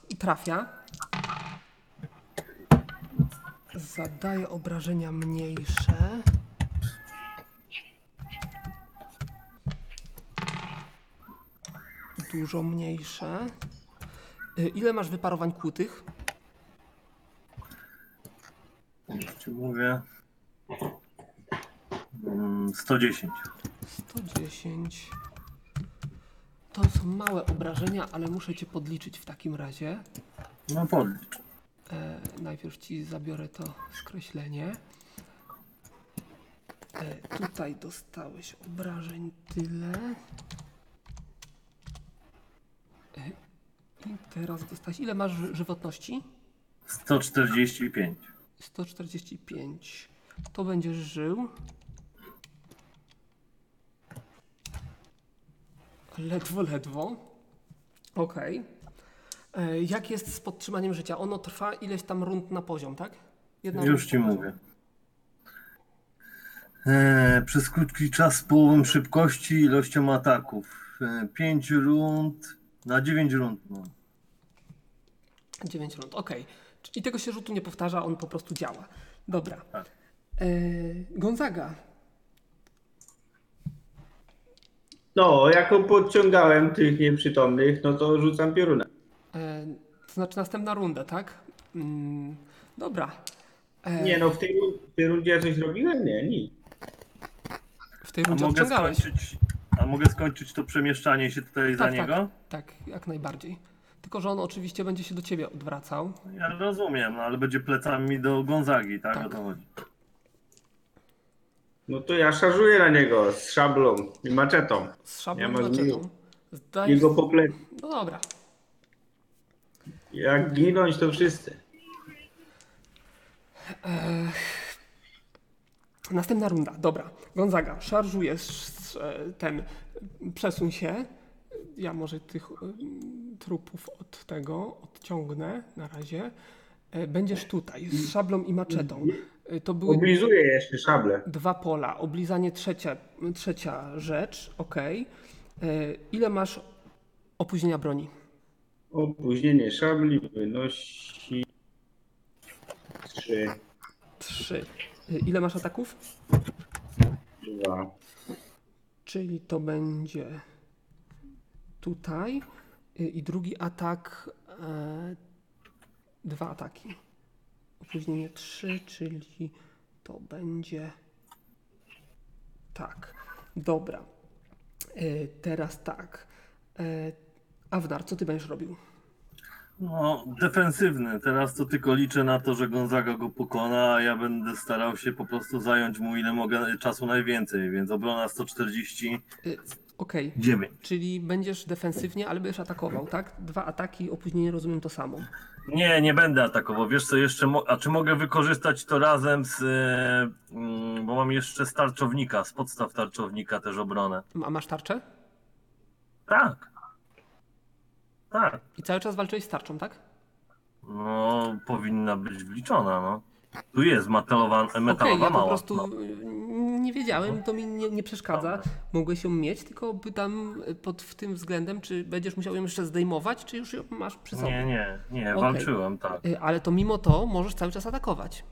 I trafia. Zadaje obrażenia mniejsze. Dużo mniejsze. Y, Ile masz wyparowań kłutych? Już Ci mówię. Mm, 110. 110. To są małe obrażenia, ale muszę cię podliczyć w takim razie. No podlicz. E, najpierw ci zabiorę to skreślenie. E, tutaj dostałeś obrażeń tyle. E, I teraz dostałeś. Ile masz ży- żywotności? 145. 145. To będziesz żył. Ledwo, ledwo. Okej. E, Jak jest z podtrzymaniem życia? Ono trwa ileś tam rund na poziom, tak? Jedna runda Już ci na poziom. mówię. Eee, przez krótki czas z połową szybkości i ilością ataków. Eee, 5 rund na 9 rund. No. 9 rund, okej. I tego się rzutu nie powtarza, on po prostu działa. Dobra. Tak. E, Gonzaga. No, jako podciągałem tych nieprzytomnych, no to rzucam pioruna. E, to znaczy następna runda, tak? Mm, dobra. E, Nie no, w tej, w tej rundzie ja coś robiłem? Nie, nic. W tej A rundzie mogę odciągałeś. skończyć. A mogę skończyć to przemieszczanie się tutaj za Tak, niego? tak, tak, jak najbardziej. Tylko, że on oczywiście będzie się do ciebie odwracał. Ja rozumiem, no, ale będzie plecami do Gonzagi, tak? Tak. O to chodzi. No to ja szarżuję na niego z szablą i maczetą. Z Ja szablą mam maczetą. Zdajesz... Jego po plecy. No dobra. Jak ginąć to wszyscy. Następna runda, dobra. Gonzaga, szarżujesz sz- e, ten, przesuń się. Ja może tych mm, trupów od tego odciągnę na razie. E, Będziesz tutaj z szablą i maczetą. E, To były Oblizuję jeszcze szablę. dwa pola. Oblizanie trzecia, trzecia rzecz, okej. E, Ile masz opóźnienia broni? Opóźnienie szabli wynosi 3, Trzy. Y, Ile masz ataków? 2. Czyli to będzie tutaj y, i drugi atak, e, dwa ataki. Opóźnienie 3, czyli to będzie tak. Dobra. Y, teraz tak. E, Awnar, co ty będziesz robił? No, defensywny. Teraz to tylko liczę na to, że Gonzaga go pokona, a ja będę starał się po prostu zająć mu ile mogę czasu najwięcej, więc obrona 149. Y, Okej, czyli będziesz defensywnie, ale będziesz atakował, tak? Dwa ataki, opóźnienie, rozumiem to samo. Nie, nie będę atakował. Wiesz co, jeszcze. Mo- a czy mogę wykorzystać to razem z. e, mm, bo mam jeszcze z tarczownika, z podstaw tarczownika też obronę. A masz tarczę? Tak. Tak. I cały czas walczyłeś z tarczą, tak? No, powinna być wliczona, no. Tu jest metalowa, Okej, metalowa ja mała. po prostu no. y, nie wiedziałem, to mi nie, nie przeszkadza. Dobra. Mogłeś ją mieć, tylko pytam y, pod w tym względem, czy będziesz musiał ją jeszcze zdejmować, czy już ją masz przy sobie. Nie, nie, nie, Okej. walczyłem, tak. Y, Ale to mimo to możesz cały czas atakować.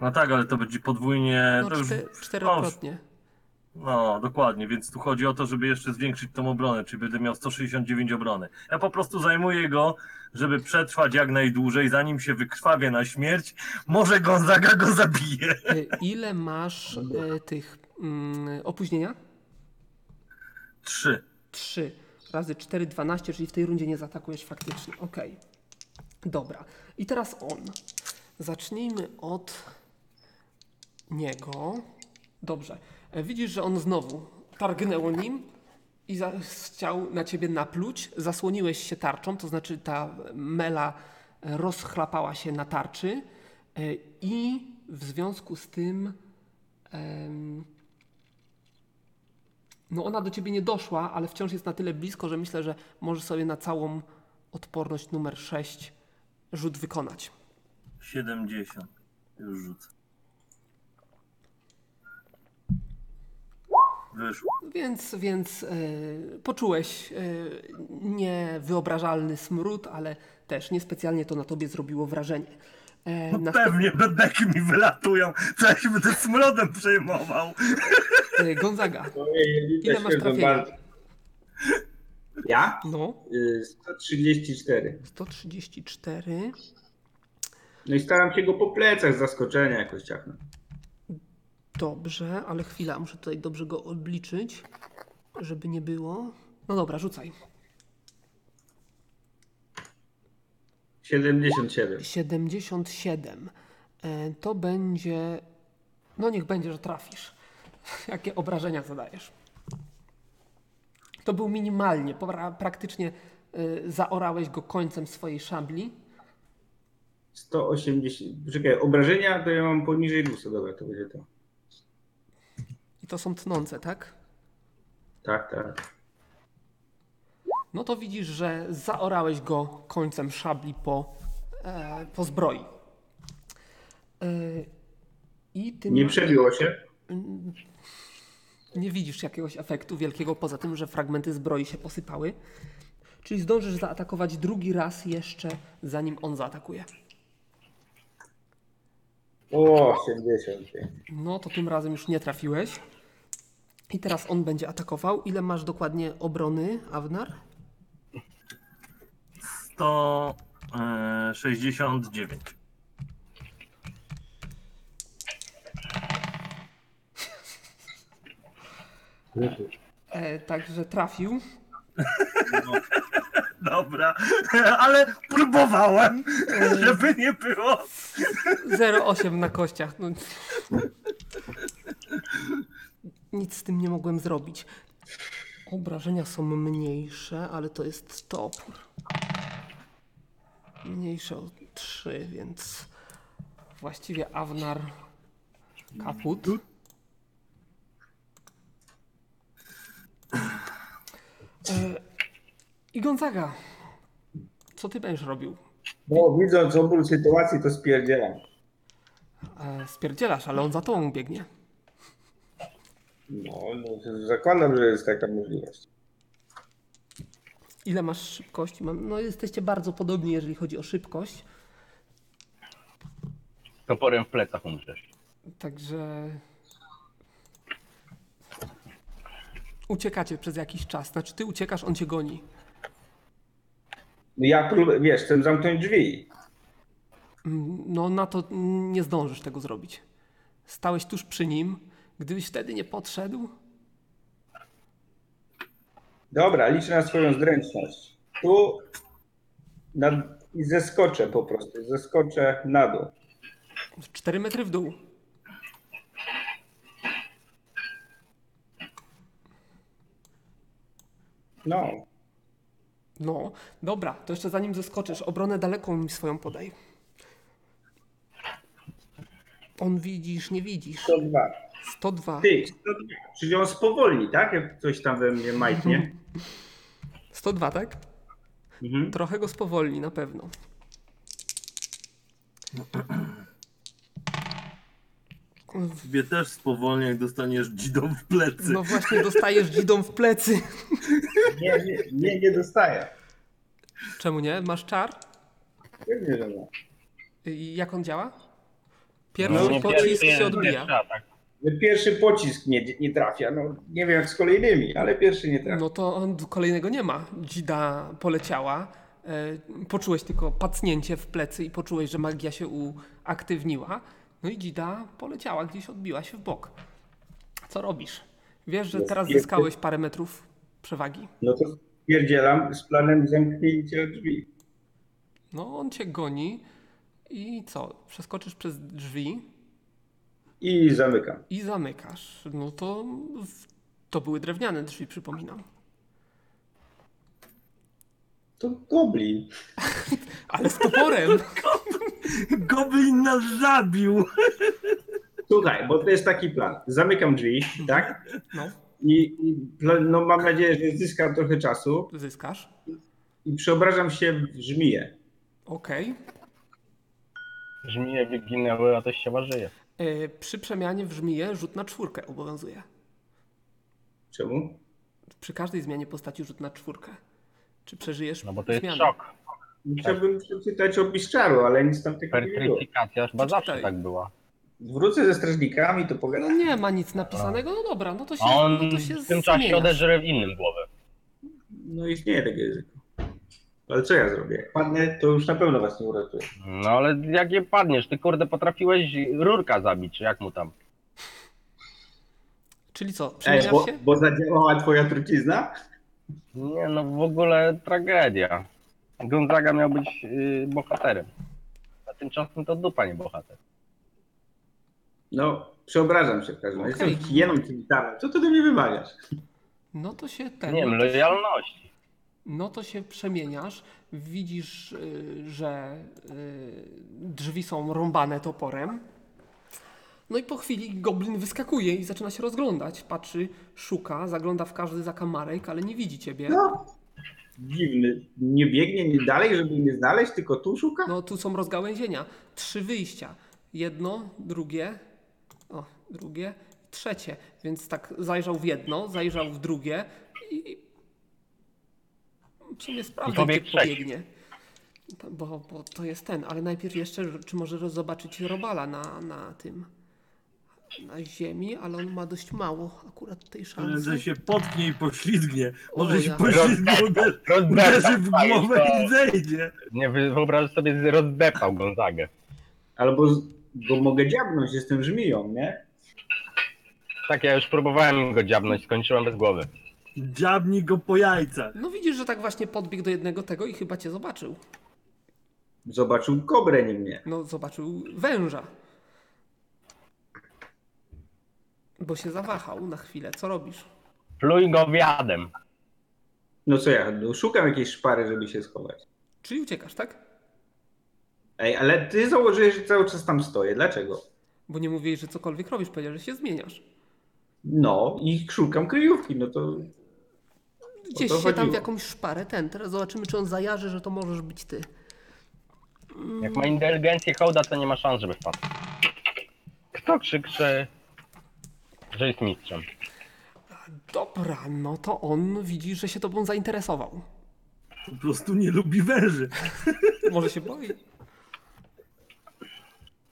No tak, ale to będzie podwójnie. No, to już, czte- czterokrotnie. no, dokładnie, więc tu chodzi o to, żeby jeszcze zwiększyć tą obronę, czyli będę miał 169 obrony. Ja po prostu zajmuję go, żeby przetrwać jak najdłużej, zanim się wykrwawię na śmierć. Może Gonzaga go zabije. (laughs) Y, Ile masz y, tych mm, opóźnienia? Trzy. 3 razy 4, 12, czyli w tej rundzie nie zaatakujesz faktycznie. Okej. Dobra. I teraz on. Zacznijmy od niego. Dobrze. E, Widzisz, że on znowu targnęło nim i za- chciał na ciebie napluć. Zasłoniłeś się tarczą, to znaczy ta mela e, rozchlapała się na tarczy e, i w związku z tym em, no ona do ciebie nie doszła, ale wciąż jest na tyle blisko, że myślę, że możesz sobie na całą odporność numer 6 rzut wykonać. 70. Już rzucę. Wyszło. Więc, więc yy, poczułeś yy, niewyobrażalny smród, ale też niespecjalnie to na tobie zrobiło wrażenie. E, No następ- pewnie bebeki mi wylatują, co ja się będę smrodem przejmował. e, Gonzaga, Ojej, ile masz trafienia? Ja? No, Y, 134. 134. No i staram się go po plecach z zaskoczenia jakoś ciachnąć. Dobrze, ale chwila, muszę tutaj dobrze go obliczyć, żeby nie było. No dobra, rzucaj. 77. 77. E, To będzie. No niech będzie, że trafisz. (laughs) Jakie obrażenia zadajesz? To był minimalnie, pra- praktycznie e, zaorałeś go końcem swojej szabli. 180. Czekaj, obrażenia to ja mam poniżej 200. Dobra, to będzie to. I to są tnące, tak? Tak, tak. No to widzisz, że zaorałeś go końcem szabli po, e, po zbroi. E, I tym Nie przebiło się. Nie widzisz jakiegoś efektu wielkiego, poza tym, że fragmenty zbroi się posypały. Czyli zdążysz zaatakować drugi raz jeszcze, zanim on zaatakuje. O, 70. No to tym razem już nie trafiłeś. I teraz on będzie atakował. Ile masz dokładnie obrony, Avnar? e, 169. E, także trafił. Dobra, (laughs) ale próbowałem, żeby nie było. 0,8 na kościach. No. Nic z tym nie mogłem zrobić. Obrażenia są mniejsze, ale to jest topór. Mniejsze o 3, więc właściwie Awnar kaput. E, I Gonzaga, co ty będziesz robił? No, widząc obrót sytuacji, to spierdzielam. E, Spierdzielasz, ale on za tobą biegnie. No, no, zakładam, że jest taka możliwość. Ile masz szybkości? Mam, no jesteście bardzo podobni, jeżeli chodzi o szybkość. Toporem w plecach umrzesz. Także uciekacie przez jakiś czas. Znaczy ty uciekasz, on cię goni. No ja próbuję, wiesz, chcę zamknąć drzwi. Mm, No na to mm, nie zdążysz tego zrobić. Stałeś tuż przy nim. Gdybyś wtedy nie podszedł, Dobra, liczę na swoją zręczność. Tu na, i zeskoczę po prostu, zeskoczę na dół. 4 metry w dół. No, No, dobra, to jeszcze zanim zeskoczysz, obronę daleką mi swoją podaj. On widzisz, nie widzisz. 102. 102. Ty, 102. Czyli on spowolni, tak? Jak coś tam we mnie majtnie. 102, tak? Mhm. Trochę go spowolni na pewno. Ciebie też spowolnię, jak dostaniesz dzidą w plecy. No właśnie dostajesz dzidą w plecy. (laughs) Nie, nie, nie, nie dostaję. Czemu nie? Masz czar? Pewnie, że no. nie. I jak on działa? No, Pierwszy nie pocisk No, pierwszy, się odbija. pierwszy atak. No, Pierwszy pocisk nie, nie trafia. No, nie wiem jak z kolejnymi, ale pierwszy nie trafia. No to on kolejnego nie ma. Dzida poleciała. e, Poczułeś tylko pacnięcie w plecy i poczułeś, że magia się uaktywniła. No i dzida poleciała gdzieś, odbiła się w bok. Co robisz? Wiesz, że teraz zyskałeś parę metrów przewagi. No to stwierdzielam z planem zamknięcia drzwi. No on cię goni i co? Przeskoczysz przez drzwi I zamykam. i zamykasz. No to w- to były drewniane drzwi, przypominam. To goblin. Ale z toporem! Goblin nas zabił! Słuchaj, bo to jest taki plan. Zamykam drzwi, tak? No, I, i pla- no, mam nadzieję, że zyskam trochę czasu zyskasz. i przeobrażam się w żmiję. Okej. Żmije wyginęły, a teściowa żyje. E, Przy przemianie w żmiję rzut na czwórkę obowiązuje. Czemu? Przy każdej zmianie postaci rzut na czwórkę. Czy przeżyjesz No bo to jest zmianę? szok. Chciałbym przeczytać opis czaru, ale nic tam takiego nie było. Pertryfikacja chyba Przeczytaj. zawsze tak była. Wrócę ze strażnikami, to No pogadam. nie ma nic napisanego, no dobra, no to się, A on no to się w tym czasie zmieniasz. odeżre w innym głowę. No istnieje takie języko. Ale co ja zrobię? Jak padnę, to już na pewno was nie uratuję. No ale jak je padniesz, ty kurde potrafiłeś rurka zabić, czy jak mu tam? Czyli co, przemieniasz Ej, bo, się? bo zadziałała twoja trucizna? Nie no w ogóle tragedia. Gonzaga miał być y, bohaterem. A tymczasem to dupa nie bohater. No, przeobrażam się w każdym razie. Okej. Jestem hieną tym tamem. Co ty do mnie wymawiasz? No to się Nie ten... wiem, no to się- lojalności. No to się przemieniasz, widzisz, y, że y, drzwi są rąbane toporem. No i po chwili goblin wyskakuje i zaczyna się rozglądać. Patrzy, szuka, zagląda w każdy zakamarek, ale nie widzi ciebie. No. Dziwny. Nie biegnie nie dalej, żeby mnie znaleźć, tylko tu szuka? No tu są rozgałęzienia. Trzy wyjścia. Jedno, drugie, o, drugie, trzecie. Więc tak zajrzał w jedno, zajrzał w drugie i i w sumie sprawdzę, gdzie pobiegł trzeci. pobiegnie. To- Bo, bo to jest ten, ale najpierw jeszcze, że- czy może roz- zobaczyć robala na, na tym, na ziemi, ale on ma dość mało akurat tej Że szansy. się potknie i poślizgnie. O Może się ja. poślizgnie, (laughs) uder- uderzy w głowę i zejdzie. Nie wy- wyobrażasz sobie, że rozdeptał Gonzagę. Albo z, bo mogę dziabnąć, jestem żmiją, nie? Tak, ja już próbowałem go dziabnąć, skończyłem bez głowy. Dziabni go po jajcach. No widzisz, że tak właśnie podbiegł do jednego tego i chyba cię zobaczył. Zobaczył kobrę, nie mnie. No, zobaczył węża. Bo się zawahał na chwilę. Co robisz? Pluj go wiadem. No co ja, no, szukam jakiejś szpary, żeby się schować. Czyli uciekasz, tak? Ej, ale ty założyłeś, że cały czas tam stoję. Dlaczego? Bo nie mówiłeś, że cokolwiek robisz, powiedziałeś, że się zmieniasz. No i szukam kryjówki, no to... Gdzieś to się tam w chodziło. jakąś szparę ten. Teraz zobaczymy, czy on zajarzy, że to możesz być ty. Jak ma inteligencję hołda, to nie ma szans, żeby wpadł. Kto krzyczy, że jest mistrzem? Dobra, no to on widzi, że się tobą zainteresował. Po prostu nie lubi węży. (laughs) Może się boi.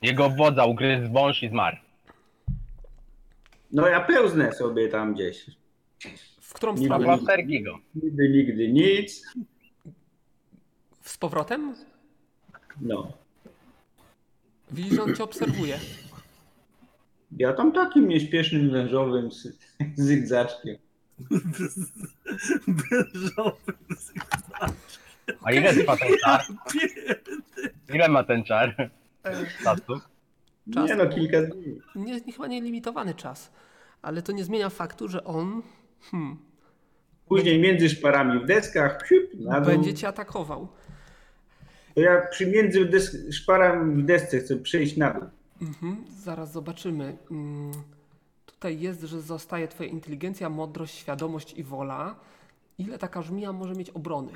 Jego wodza ugryzł wąż i zmarł. No ja pełznę sobie tam gdzieś. W którą Nie stronę? wiem. Plasterki go. Nigdy, nigdy nic. Z powrotem? No. Widzisz, że on cię obserwuje. Ja tam takim nieśpiesznym wężowym z- (laughs) zygzaczkiem. Wężowy. A ile trwa (laughs) ten czar? Ile ma ten czar? Czasu? Czas. Nie no, kilka dni. nie, nie, chyba nielimitowany czas, ale to nie zmienia faktu, że on hmm, Później między szparami w deskach, siup, na dół. Będzie cię atakował. To ja przy między des- szparami w desce chcę przejść na dół. Mhm, zaraz zobaczymy. Mm, Tutaj jest, że zostaje twoja inteligencja, mądrość, świadomość i wola. Ile taka żmija może mieć obrony?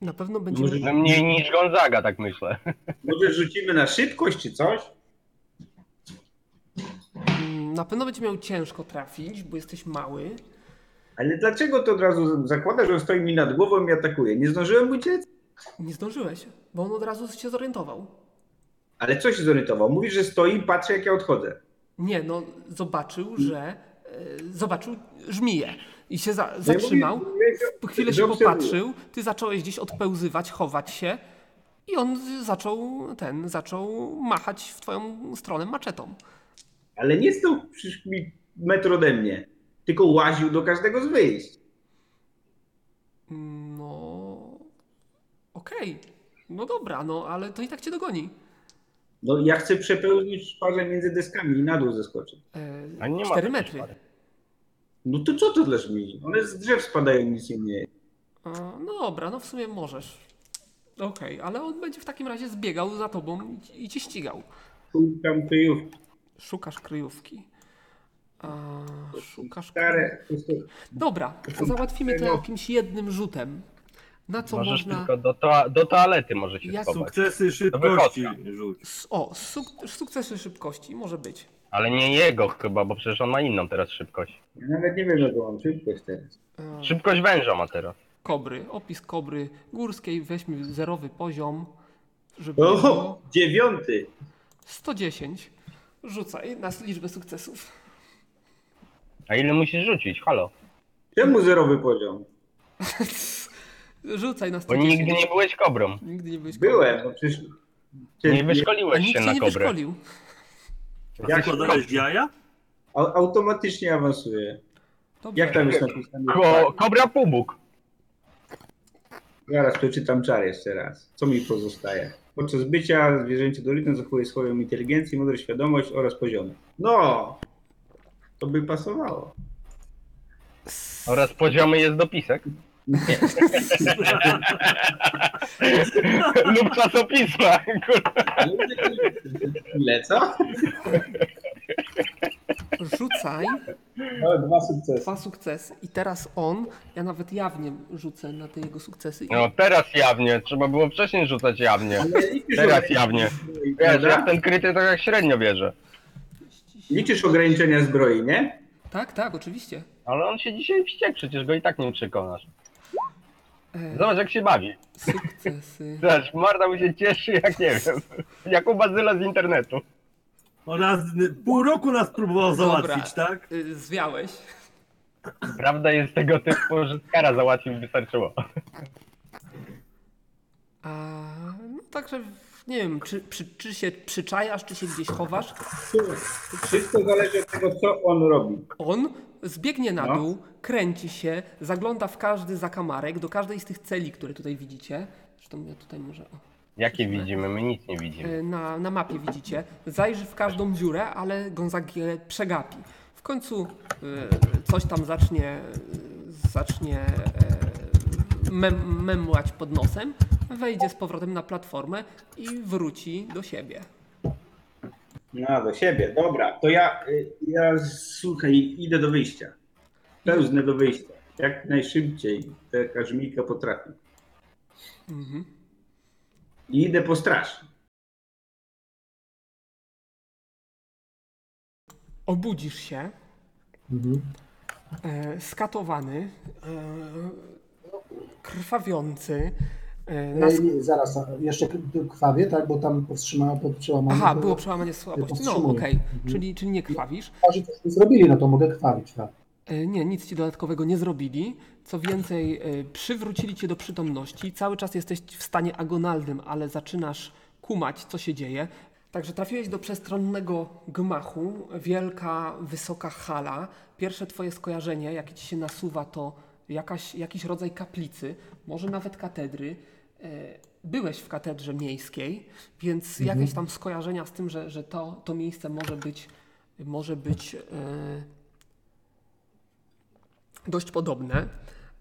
Na pewno będzie... Może- Że No mniej niż Gonzaga, tak myślę. Może rzucimy na szybkość czy coś? Mm, Na pewno będzie miał ciężko trafić, bo jesteś mały. Ale dlaczego to od razu zakłada, że on stoi mi nad głową i mnie atakuje? Nie zdążyłem uciec? Nie zdążyłeś, bo on od razu się zorientował. Ale co się zorientował? Mówi, że stoi i patrzy jak ja odchodzę. Nie, no zobaczył, Mm. że... e, Zobaczył żmiję i się za, zatrzymał. mówię, Chwilę że się obserwuję. popatrzył, ty zacząłeś gdzieś odpełzywać, chować się i on z- zaczął ten, zaczął machać w twoją stronę maczetą. Ale nie stał przecież mi metr ode mnie. Tylko łaził do każdego z wyjść. No... Okej. No dobra, no ale to i tak cię dogoni. No ja chcę przepełnić szparze między deskami i na dół zeskoczyć. A nie E, ma 4 takiej metry. szpary. No to co to dla żmii? One z drzew spadają, nic im nie A, no dobra, no w sumie możesz. Okej, ale on będzie w takim razie zbiegał za tobą i, i cię ścigał. Szukam kryjówki. Szukasz kryjówki. A, szukasz kryjówki. Stare, to są- Dobra, załatwimy to jakimś jednym rzutem. Na co Możesz można... tylko do, toa- do toalety może się Ja schować. Sukcesy szybkości wychodka. rzuć. S- O, suk- sukcesy szybkości, może być. Ale nie jego chyba, bo przecież on ma inną teraz szybkość. Ja nawet nie wiem, jaką mam szybkość teraz. E, Szybkość węża ma teraz. Kobry, opis kobry górskiej, weźmy zerowy poziom, żeby O, było dziewiąty. 110. Rzucaj na liczbę sukcesów. (laughs) A ile musisz rzucić? Halo. Czemu zerowy poziom? Rzucaj na Bo 110. nigdy nie byłeś kobrą. Nigdy nie byłeś kobrą. Byłem, bo przecież... Nie A wyszkoliłeś nikt się cię na nie kobrę. wyszkolił. Jak składałeś jaja? Au- automatycznie awansuje. Dobrze. Jak tam jest napisane? Tak, Ko kobra Pubuk. Zaraz przeczytam czar jeszcze raz. Co mi pozostaje? Podczas bycia zwierzęcie dorytne zachowuje swoją inteligencję, mądrość, świadomość oraz poziomy. No! To by pasowało. Oraz poziomy jest dopisek. Lub czasopisma. kurwa. Ile, (laughs) co? Rzucaj No, dwa sukcesy. dwa sukcesy i teraz on, ja nawet jawnie rzucę na te jego sukcesy. No teraz jawnie. Trzeba było wcześniej rzucać jawnie. Ale liczysz Teraz ograniczenia jawnie. zbroi, Wiesz, ja w prawda? ten kryty to jak średnio wierzę. Liczysz ograniczenia zbroi, nie? Tak, tak, oczywiście. Ale on się dzisiaj wściekł, przecież go i tak nie przekonasz. E, Zobacz jak się bawi. sukcesy. Zobacz, Marta mu się cieszy jak nie wiem. Jak u Bazyla z internetu. Oraz pół roku nas próbował Dobra. załatwić, tak? Y, Zwiałeś. Prawda jest tego typu, że skara załatwił wystarczyło. A, no także nie wiem, czy, przy, czy się przyczajasz, czy się gdzieś chowasz. Wszystko zależy od tego, co on robi. On zbiegnie na No. dół, kręci się, zagląda w każdy zakamarek, do każdej z tych celi, które tutaj widzicie. Zresztą ja tutaj może. o. Jakie widzimy? My nic nie widzimy. E, Na, na mapie widzicie. Zajrzy w każdą dziurę, ale Gonzagię przegapi. W końcu e, coś tam zacznie, e, zacznie e, mem, memłać pod nosem, wejdzie z powrotem na platformę i wróci do siebie. No, do siebie. Dobra, to ja, y, ja słuchaj, idę do wyjścia. Pełznę do wyjścia. Jak najszybciej. Taka żmijka potrafi. Mhm. I idę po straż. Obudzisz się, Mhm. e, skatowany, e, krwawiący. E, na sk- Ej, zaraz, a jeszcze k- krwawie, tak? Bo tam powstrzymała, to przełamanie. Aha, to- było przełamanie słabości. No powstrzymuję. okej, Mhm. czyli, czyli nie krwawisz. Chyba, że coś mi zrobili, no to mogę krwawić, tak. E, Nie, nic ci dodatkowego nie zrobili. Co więcej, e, przywrócili cię do przytomności. Cały czas jesteś w stanie agonalnym, ale zaczynasz kumać, co się dzieje. Także trafiłeś do przestronnego gmachu, wielka, wysoka hala. Pierwsze twoje skojarzenie, jakie ci się nasuwa, to jakaś, jakiś rodzaj kaplicy, może nawet katedry. E, Byłeś w katedrze miejskiej, więc jakieś tam skojarzenia z tym, że, że to, to miejsce może być, może być e, dość podobne.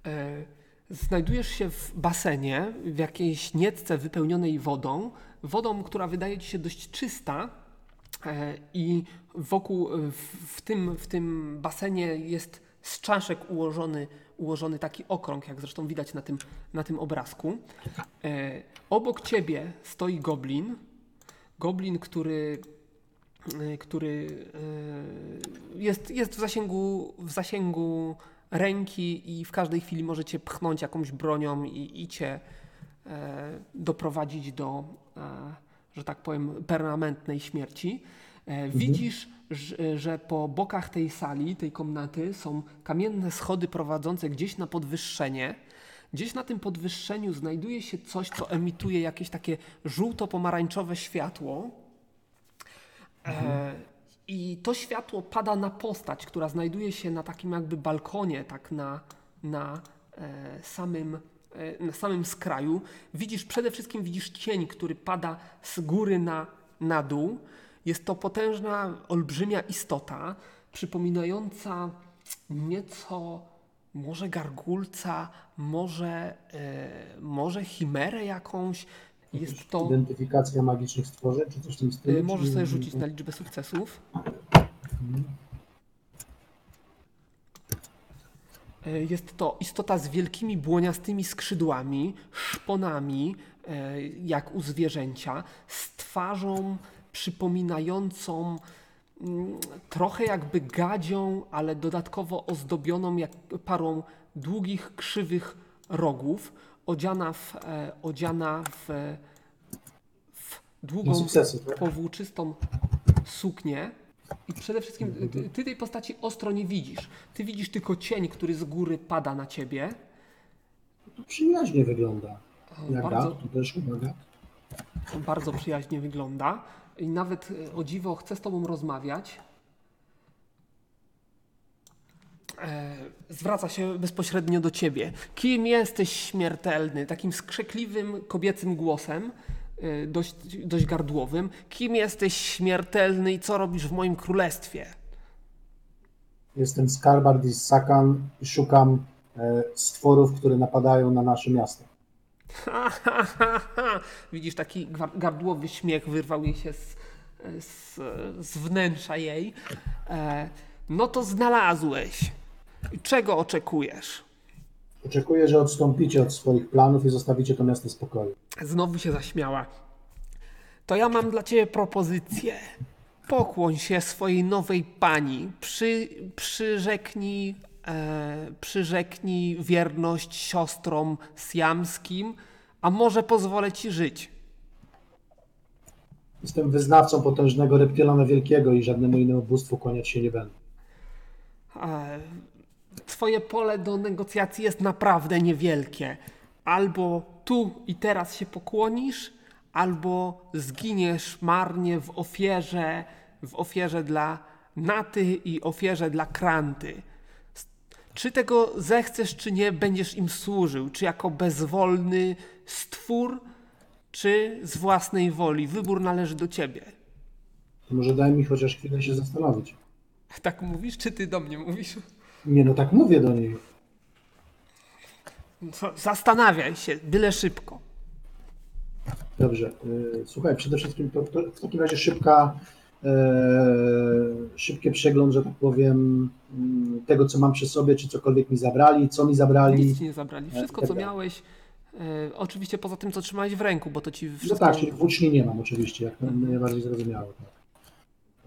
E, Znajdujesz się w basenie, w jakiejś niecce wypełnionej wodą, wodą, która wydaje ci się dość czysta e, i wokół, e, w, w, tym, w tym basenie jest z czaszek ułożony, ułożony taki okrąg, jak zresztą widać na tym, na tym obrazku. E, Obok ciebie stoi goblin, goblin, który y, który y, jest, jest w, zasięgu, w zasięgu ręki i w każdej chwili może cię pchnąć jakąś bronią i, i cię e, doprowadzić do, e, że tak powiem, permanentnej śmierci. E, Widzisz, że, że po bokach tej sali, tej komnaty są kamienne schody prowadzące gdzieś na podwyższenie. Gdzieś na tym podwyższeniu znajduje się coś, co emituje jakieś takie żółto-pomarańczowe światło. E, I to światło pada na postać, która znajduje się na takim jakby balkonie, tak na, na, e, samym, e, na samym skraju. Widzisz, przede wszystkim widzisz cień, który pada z góry na, na dół. Jest to potężna, olbrzymia istota, przypominająca nieco może gargulca, może, e, może chimerę jakąś. Jest to... Identyfikacja magicznych stworzeń, czy coś w tym stylu? Y, Możesz czy- sobie rzucić na liczbę sukcesów. Y, Jest to istota z wielkimi błoniastymi skrzydłami, szponami, y, jak u zwierzęcia, z twarzą przypominającą mm, trochę jakby gadzią, ale dodatkowo ozdobioną jak parą długich, krzywych rogów, odziana w, e, odziana w, w Na długą, sukcesy, tak? powłóczystą suknię. I przede wszystkim ty, ty tej postaci ostro nie widzisz. Ty widzisz tylko cień, który z góry pada na ciebie. Przyjaźnie wygląda. Jaka? Bardzo, Tu też uwaga. bardzo przyjaźnie wygląda. I nawet e, o dziwo chce z tobą rozmawiać. E, Zwraca się bezpośrednio do ciebie. Kim jesteś śmiertelny? Takim skrzekliwym kobiecym głosem, e, dość, dość gardłowym. Kim jesteś śmiertelny i co robisz w moim królestwie? Jestem Skarbard i Sakan i szukam e, stworów, które napadają na nasze miasto. Ha, ha, ha, ha. (laughs) Widzisz, taki gwar- gardłowy śmiech wyrwał jej się z, z, z wnętrza jej. E, no to znalazłeś. Czego oczekujesz? Oczekuję, że odstąpicie od swoich planów i zostawicie to miasto w spokoju. Znowu się zaśmiała. To ja mam dla ciebie propozycję. Pokłoń się swojej nowej pani. Przy, przyrzeknij, e, przyrzeknij wierność siostrom siamskim, a może pozwolę ci żyć. Jestem wyznawcą potężnego reptilana wielkiego i żadnemu innemu bóstwu kłaniać się nie będę. E, Twoje pole do negocjacji jest naprawdę niewielkie. Albo tu i teraz się pokłonisz, albo zginiesz marnie w ofierze, w ofierze dla Naty i ofierze dla Kranty. S- Czy tego zechcesz, czy nie, będziesz im służył? Czy jako bezwolny stwór, czy z własnej woli? Wybór należy do ciebie. To może daj mi chociaż chwilę się zastanowić. Tak mówisz, czy ty do mnie mówisz? Nie no, tak mówię do niej. Co- Zastanawiaj się, byle szybko. Dobrze. y, Słuchaj, przede wszystkim to, to w takim razie szybka, e, szybkie przegląd, że tak powiem, mm, tego, co mam przy sobie, czy cokolwiek mi zabrali, co mi zabrali. Nic ci nie zabrali. Wszystko, co Dobra. miałeś, e, oczywiście poza tym, co trzymałeś w ręku, bo to ci No wszystko... tak, czyli włóczni nie mam oczywiście, jak najbardziej zrozumiałe. tak.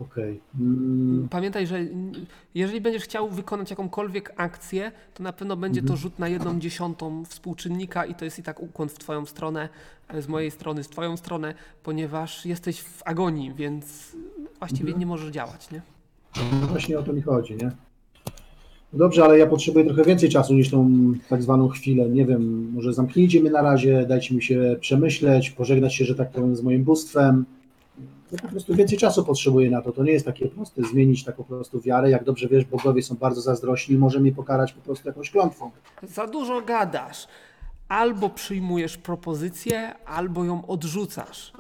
Okej. Mm, Pamiętaj, że n- jeżeli będziesz chciał wykonać jakąkolwiek akcję, to na pewno będzie Mhm. to rzut na jedną dziesiątą współczynnika i to jest i tak ukłon w twoją stronę, e, z mojej strony, z twoją stronę, ponieważ jesteś w agonii, więc Mhm. właściwie nie możesz działać, nie? No właśnie o to mi chodzi, nie? No Dobrze, ale ja potrzebuję trochę więcej czasu niż tą tak zwaną chwilę. Nie wiem, może zamknijcie mnie na razie, dajcie mi się przemyśleć, pożegnać się, że tak powiem, z moim bóstwem. Ja po prostu więcej czasu potrzebuję na to. To nie jest takie proste zmienić tak po prostu wiarę. Jak dobrze wiesz, bogowie są bardzo zazdrośni i może mnie pokarać po prostu jakąś klątwą. Za dużo gadasz. Albo przyjmujesz propozycję, albo ją odrzucasz.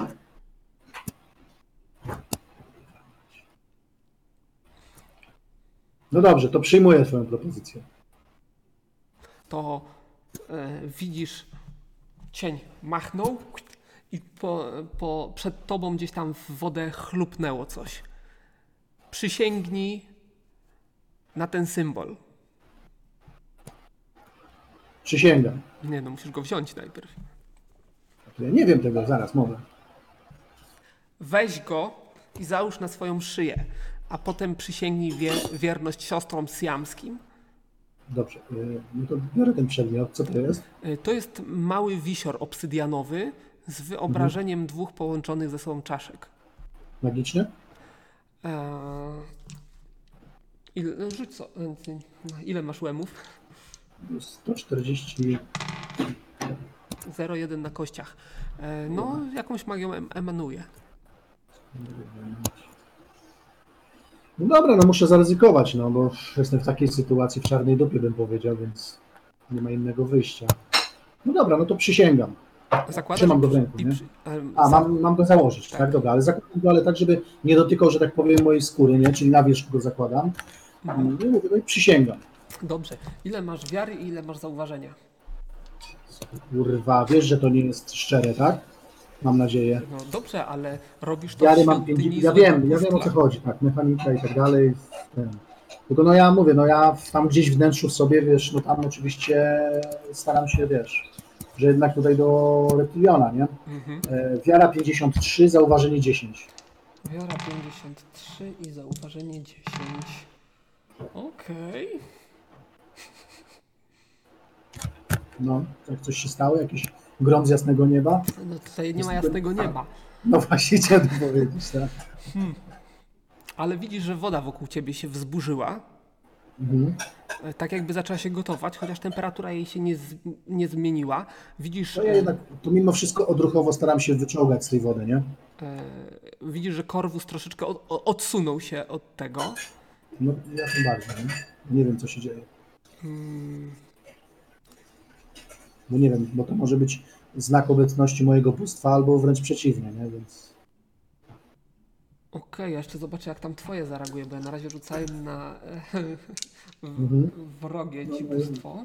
No dobrze, to przyjmuję twoją propozycję. to e, widzisz cień machnął i po, po, przed tobą gdzieś tam w wodę chlupnęło coś. Przysięgnij na ten symbol. Przysięgam. Nie no, musisz go wziąć najpierw. Ja nie wiem tego, zaraz, moment. Weź go i załóż na swoją szyję, a potem przysięgnij wie- wierność siostrom siamskim. Dobrze, y, no to biorę ten przedmiot, co to jest? Y, To jest mały wisior obsydianowy z wyobrażeniem dwóch połączonych ze sobą czaszek. Magiczny? Eee, ile, no, rzuć co, e, no, ile masz łemów? 140, 0,1 na kościach. E, No, jakąś magią em- emanuje. No dobra, no muszę zaryzykować, no bo jestem w takiej sytuacji w czarnej dupie, bym powiedział, więc nie ma innego wyjścia. No dobra, no to przysięgam. Zakładasz Trzymam i go w przy- ręku, i nie? przy- em, A, za- mam, mam go założyć, tak, Tak. dobra, ale zakładam go, ale tak, żeby nie dotykał, że tak powiem, mojej skóry, nie? Czyli na wierzchu go zakładam. Mhm. No i mówię, no i przysięgam. Dobrze. Ile masz wiary i ile masz zauważenia? Kurwa, wiesz, że to nie jest szczere, tak? Mam nadzieję. No dobrze, ale robisz to Wiary w mam świątyni 50. Ja złego wiem, ja wiem o co kuszla. chodzi, tak, mechanika i tak dalej. Ten. Tylko no ja mówię, no ja w- tam gdzieś w wnętrzu w sobie, wiesz, no tam oczywiście staram się, wiesz, że jednak tutaj do reptiliona, nie? Mhm. E, wiara 53, zauważenie 10. Wiara 53 i zauważenie 10. Okej. No, tak coś się stało, jakiś grom z jasnego nieba. No tutaj nie ma jasnego nieba. No właśnie (laughs) chciałem to powiedzieć, tak. Ale widzisz, że woda wokół ciebie się wzburzyła. Mhm. E, Tak jakby zaczęła się gotować, chociaż temperatura jej się nie, z, nie zmieniła. Widzisz, No ja e, jednak to mimo wszystko odruchowo staram się wyciągać z tej wody, nie? e, widzisz, że korwus troszeczkę od, o- odsunął się od tego. No ja tym bardziej, nie? Nie wiem co się dzieje. Mm, Bo No nie wiem, bo to może być znak obecności mojego bóstwa, albo wręcz przeciwnie, nie? Więc Okej, ja jeszcze zobaczę, jak tam twoje zareaguje, bo ja na razie rzucałem na e, (laughs) Mhm. w- wrogie ci Dobra. bóstwo.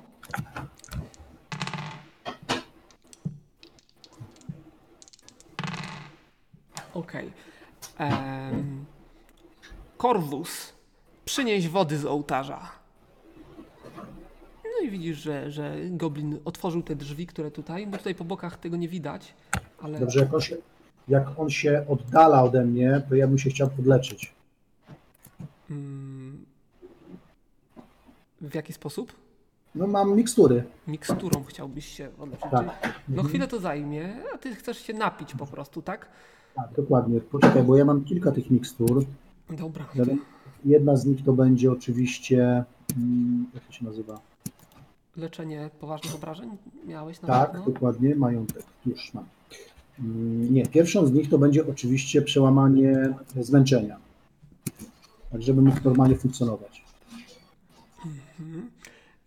Okej. Em, Korwus, przynieś wody z ołtarza. No i widzisz, że, że goblin otworzył te drzwi, które tutaj, bo tutaj po bokach tego nie widać, ale... dobrze, jak on, się, jak on się oddala ode mnie, to ja bym się chciał podleczyć. Mm, W jaki sposób? No mam mikstury. Miksturą chciałbyś się odleczyć. Tak. czyli- No chwilę to zajmie, a ty chcesz się napić po prostu, tak? Tak, dokładnie. Poczekaj, bo ja mam kilka tych mikstur. Dobra. Jeden- Jedna z nich to będzie oczywiście, mm, jak to się nazywa? Leczenie poważnych obrażeń miałeś na Tak, pewno? dokładnie, majątek. Już mam. Mm, Nie, pierwszą z nich to będzie oczywiście przełamanie zmęczenia. Tak, żeby mógł normalnie funkcjonować. Mhm.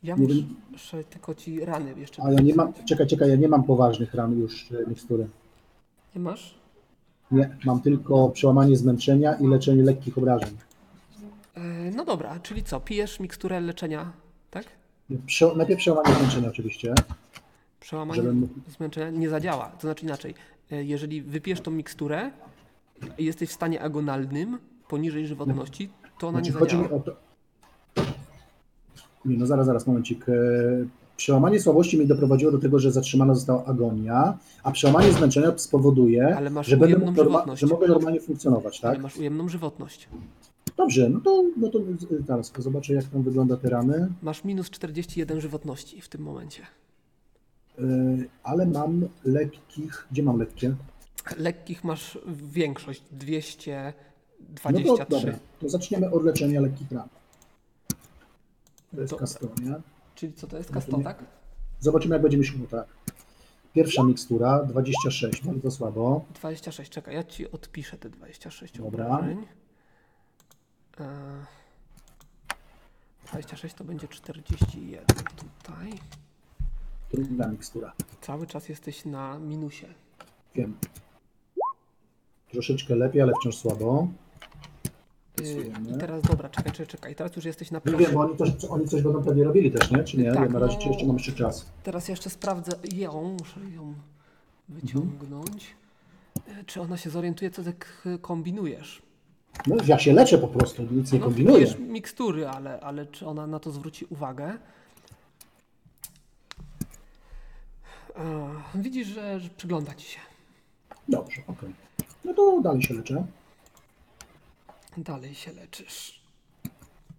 Ja Nie wiem. muszę tylko ci rany jeszcze... A ja nie mam, czekaj, czekaj, ja nie mam poważnych ran już e, mikstury. Nie masz? Nie, mam tylko przełamanie zmęczenia i leczenie lekkich obrażeń. E, No dobra, czyli co? Pijesz miksturę leczenia, tak? Prze, najpierw przełamanie zmęczenia oczywiście. Przełamanie Żebym- zmęczenia nie zadziała. To znaczy inaczej, e, jeżeli wypijesz tą miksturę i jesteś w stanie agonalnym, poniżej żywotności, to ona Znaczy, nie chodzi zadziała. mi o to... Nie, no zaraz, zaraz, momencik. E, Przełamanie słabości mnie doprowadziło do tego, że zatrzymana została agonia, a przełamanie zmęczenia spowoduje, Ale masz że, będę ujemną mógł norma- żywotność. że mogę normalnie funkcjonować, Ale tak? masz ujemną żywotność. Dobrze, no to, no to e, zaraz zobaczę, jak tam wygląda te rany, Masz minus 41 żywotności w tym momencie. E, ale mam lekkich... Gdzie mam lekkie? No Lekkich masz większość 223. No to, dobra, to zaczniemy od leczenia lekkich ran. To jest Dobra. kastonia. Czyli co to jest No to kasto, nie- tak? Zobaczymy, jak będziemy szło, tak. Pierwsza mikstura, 26, bardzo słabo. 26, czekaj, ja ci odpiszę te 26 Dobra. obrażeń. E, 26 to będzie 41 tutaj. Druga mikstura, Cały czas jesteś na minusie. wiem. Troszeczkę lepiej, ale wciąż słabo. Y, Pasujemy. I teraz dobra, czekaj, czekaj, czekaj. Teraz już jesteś na Nie plaży. No wiem, bo oni, też, oni coś będą pewnie robili też, nie? Czy nie? Tak, na razie no. czy jeszcze mam jeszcze czas. Teraz jeszcze sprawdzę ją, muszę ją wyciągnąć. E, Czy ona się zorientuje, co tak e, kombinujesz? No, ja się leczę po prostu, nic nie No, kombinuję. pijesz mikstury, ale, ale czy ona na to zwróci uwagę? E, Widzisz, że, że przygląda ci się. Dobrze, okej. No to dalej się leczę. Dalej się leczysz.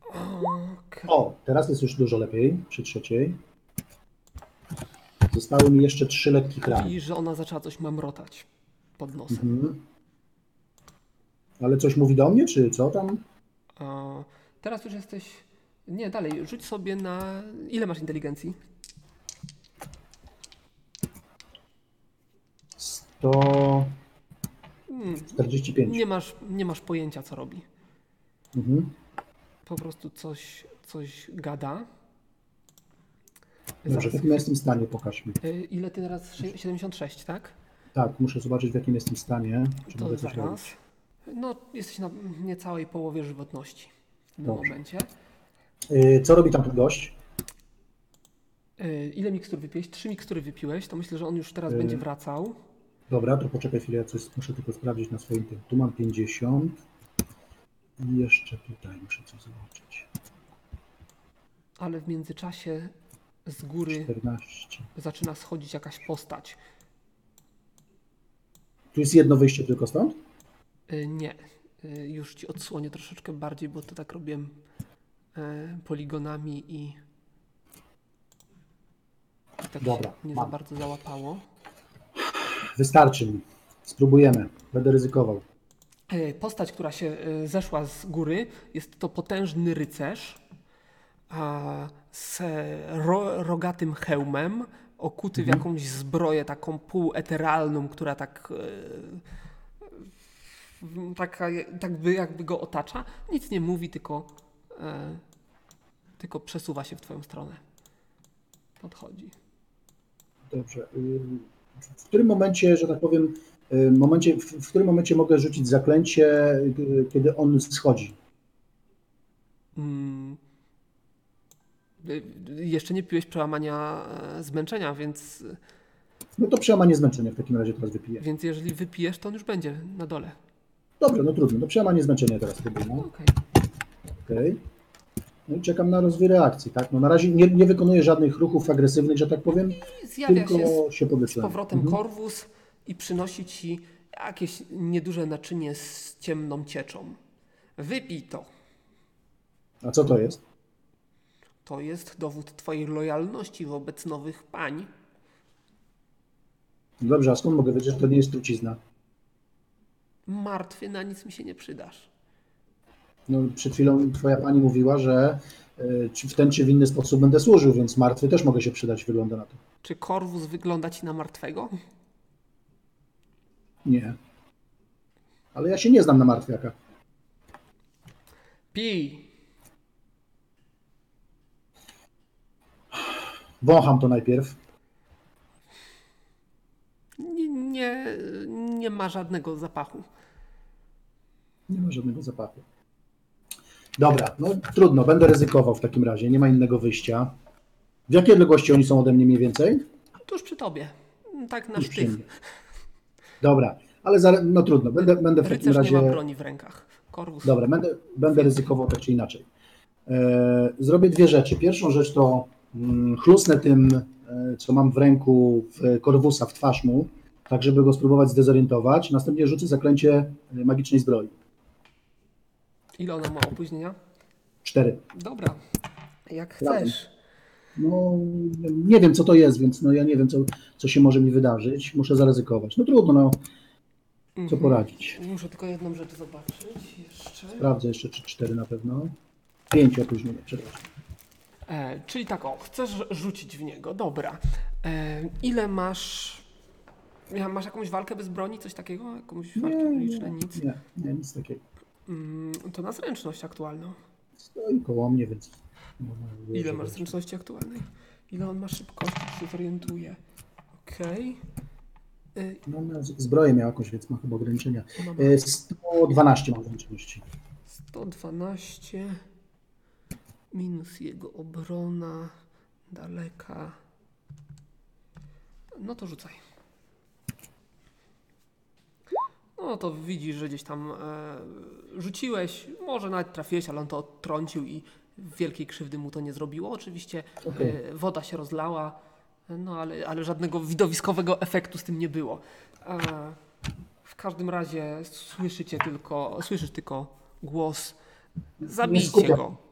Okej. O, teraz jest już dużo lepiej, przy trzeciej. Zostały mi jeszcze trzy lekkich ran. Widzisz, że ona zaczęła coś mamrotać pod nosem. Mhm. Ale coś mówi do mnie, czy co tam? E, Teraz już jesteś... Nie, dalej, rzuć sobie na... Ile masz inteligencji? 145. Mm, Nie masz, nie masz pojęcia, co robi. Mhm. Po prostu coś, coś gada. Dobrze, w Zaraz. jakim jestem stanie, pokaż mi. Y, Ile ty teraz? Sze- 76, tak? Tak, muszę zobaczyć, w jakim jestem stanie. Czy To mogę coś zaraz. robić. No, jesteś na niecałej połowie żywotności w tym Dobrze. momencie. Y, Co robi tam ten gość? Y, Ile mikstur wypiłeś? Trzy mikstury wypiłeś, to myślę, że on już teraz Y. będzie wracał. Dobra, to poczekaj chwilę, ja coś muszę tylko sprawdzić na swoim tym. Tu mam 50. I jeszcze tutaj muszę coś zobaczyć. Ale w międzyczasie z góry 14. zaczyna schodzić jakaś postać. Tu jest jedno wyjście tylko stąd? Y, Nie, Y, już ci odsłonię troszeczkę bardziej, bo to tak robiłem y, poligonami i tak Dobra, się nie za mam. bardzo załapało. Wystarczy mi. Spróbujemy. Będę ryzykował. E, Postać, która się e, zeszła z góry, jest to potężny rycerz a, z e, ro, rogatym hełmem, okuty w jakąś zbroję taką półeteralną, która tak. e, w- Taka, je- tak by, jakby go otacza. Nic nie mówi, tylko, e, tylko przesuwa się w Twoją stronę. Podchodzi. Dobrze. ym, W którym momencie, że tak powiem, ym, momencie, w, w którym momencie mogę rzucić zaklęcie, y, kiedy on schodzi? Mm. Y, y, Jeszcze nie piłeś przełamania e, zmęczenia, więc No to przełamanie zmęczenia w takim razie teraz wypiję. Więc jeżeli wypijesz, to on już będzie na dole. Dobrze, no trudno. To przełamanie zmęczenia teraz spróbuję. No. Okej. Okej. No i czekam na rozwój reakcji, tak? No na razie nie, nie wykonuję żadnych ruchów agresywnych, że tak powiem, I Zjawia tylko się z, się z powyższam. powrotem Mhm. korwus i przynosi ci jakieś nieduże naczynie z ciemną cieczą. Wypij to. A co to jest? To jest dowód twojej lojalności wobec nowych pań. No Dobrze, a skąd mogę wiedzieć, że to nie jest trucizna? Martwy na nic mi się nie przydasz. No przed chwilą twoja pani mówiła, że y, czy w ten czy w inny sposób będę służył, więc martwy też mogę się przydać, wygląda na to. Czy korwus wygląda ci na martwego? Nie. Ale ja się nie znam na martwiaka. Pij. Wącham to najpierw. Nie, nie, nie ma żadnego zapachu. Nie ma żadnego zapachu. Dobra, no trudno, będę ryzykował w takim razie, nie ma innego wyjścia. W jakiej odległości oni są ode mnie mniej więcej? Tuż przy tobie. Tak na Tuż przy sztych. mnie. Dobra, ale za, no trudno, będę, będę w takim Rycerz nie ma razie. broni w rękach. Korwus. Dobra, będę, będę ryzykował tak czy inaczej. E, zrobię dwie rzeczy. Pierwszą rzecz to mm, chlusnę tym, e, co mam w ręku, w korwusa, w twarz mu, tak żeby go spróbować zdezorientować. Następnie rzucę zaklęcie e, magicznej zbroi. Ile ona ma opóźnienia? Cztery. Dobra, jak Dobra. chcesz. No, nie wiem, co to jest, więc no, ja nie wiem, co, co się może mi wydarzyć. Muszę zaryzykować. No trudno, no, co Mhm. poradzić. Muszę tylko jedną rzecz zobaczyć jeszcze. Sprawdzę jeszcze, czy cztery na pewno. Pięć opóźnienia, przepraszam. E, czyli tak, o, chcesz rzucić w niego, dobra. E, ile masz... Ja- Masz jakąś walkę bez broni, coś takiego? Jakąś walkę uliczną, nic? nie, nie, nic takiego. Mm, to na zręczność aktualną. Stoi koło mnie, No, więc... Ile masz zręczności aktualnej? Ile on ma szybkości, się zorientuje? Okej. Okay. No, E, no, z- zbroję miał jakąś, więc ma chyba ograniczenia. Mam E, 112 mam zręczności. 112 minus jego obrona daleka. No to rzucaj. No to widzisz, że gdzieś tam e, rzuciłeś, może nawet trafiłeś, ale on to odtrącił i wielkiej krzywdy mu to nie zrobiło. Oczywiście Okej. e, woda się rozlała, no ale, ale żadnego widowiskowego efektu z tym nie było. E, w każdym razie słyszycie tylko, słyszysz tylko głos. Zabijcie skupia. go.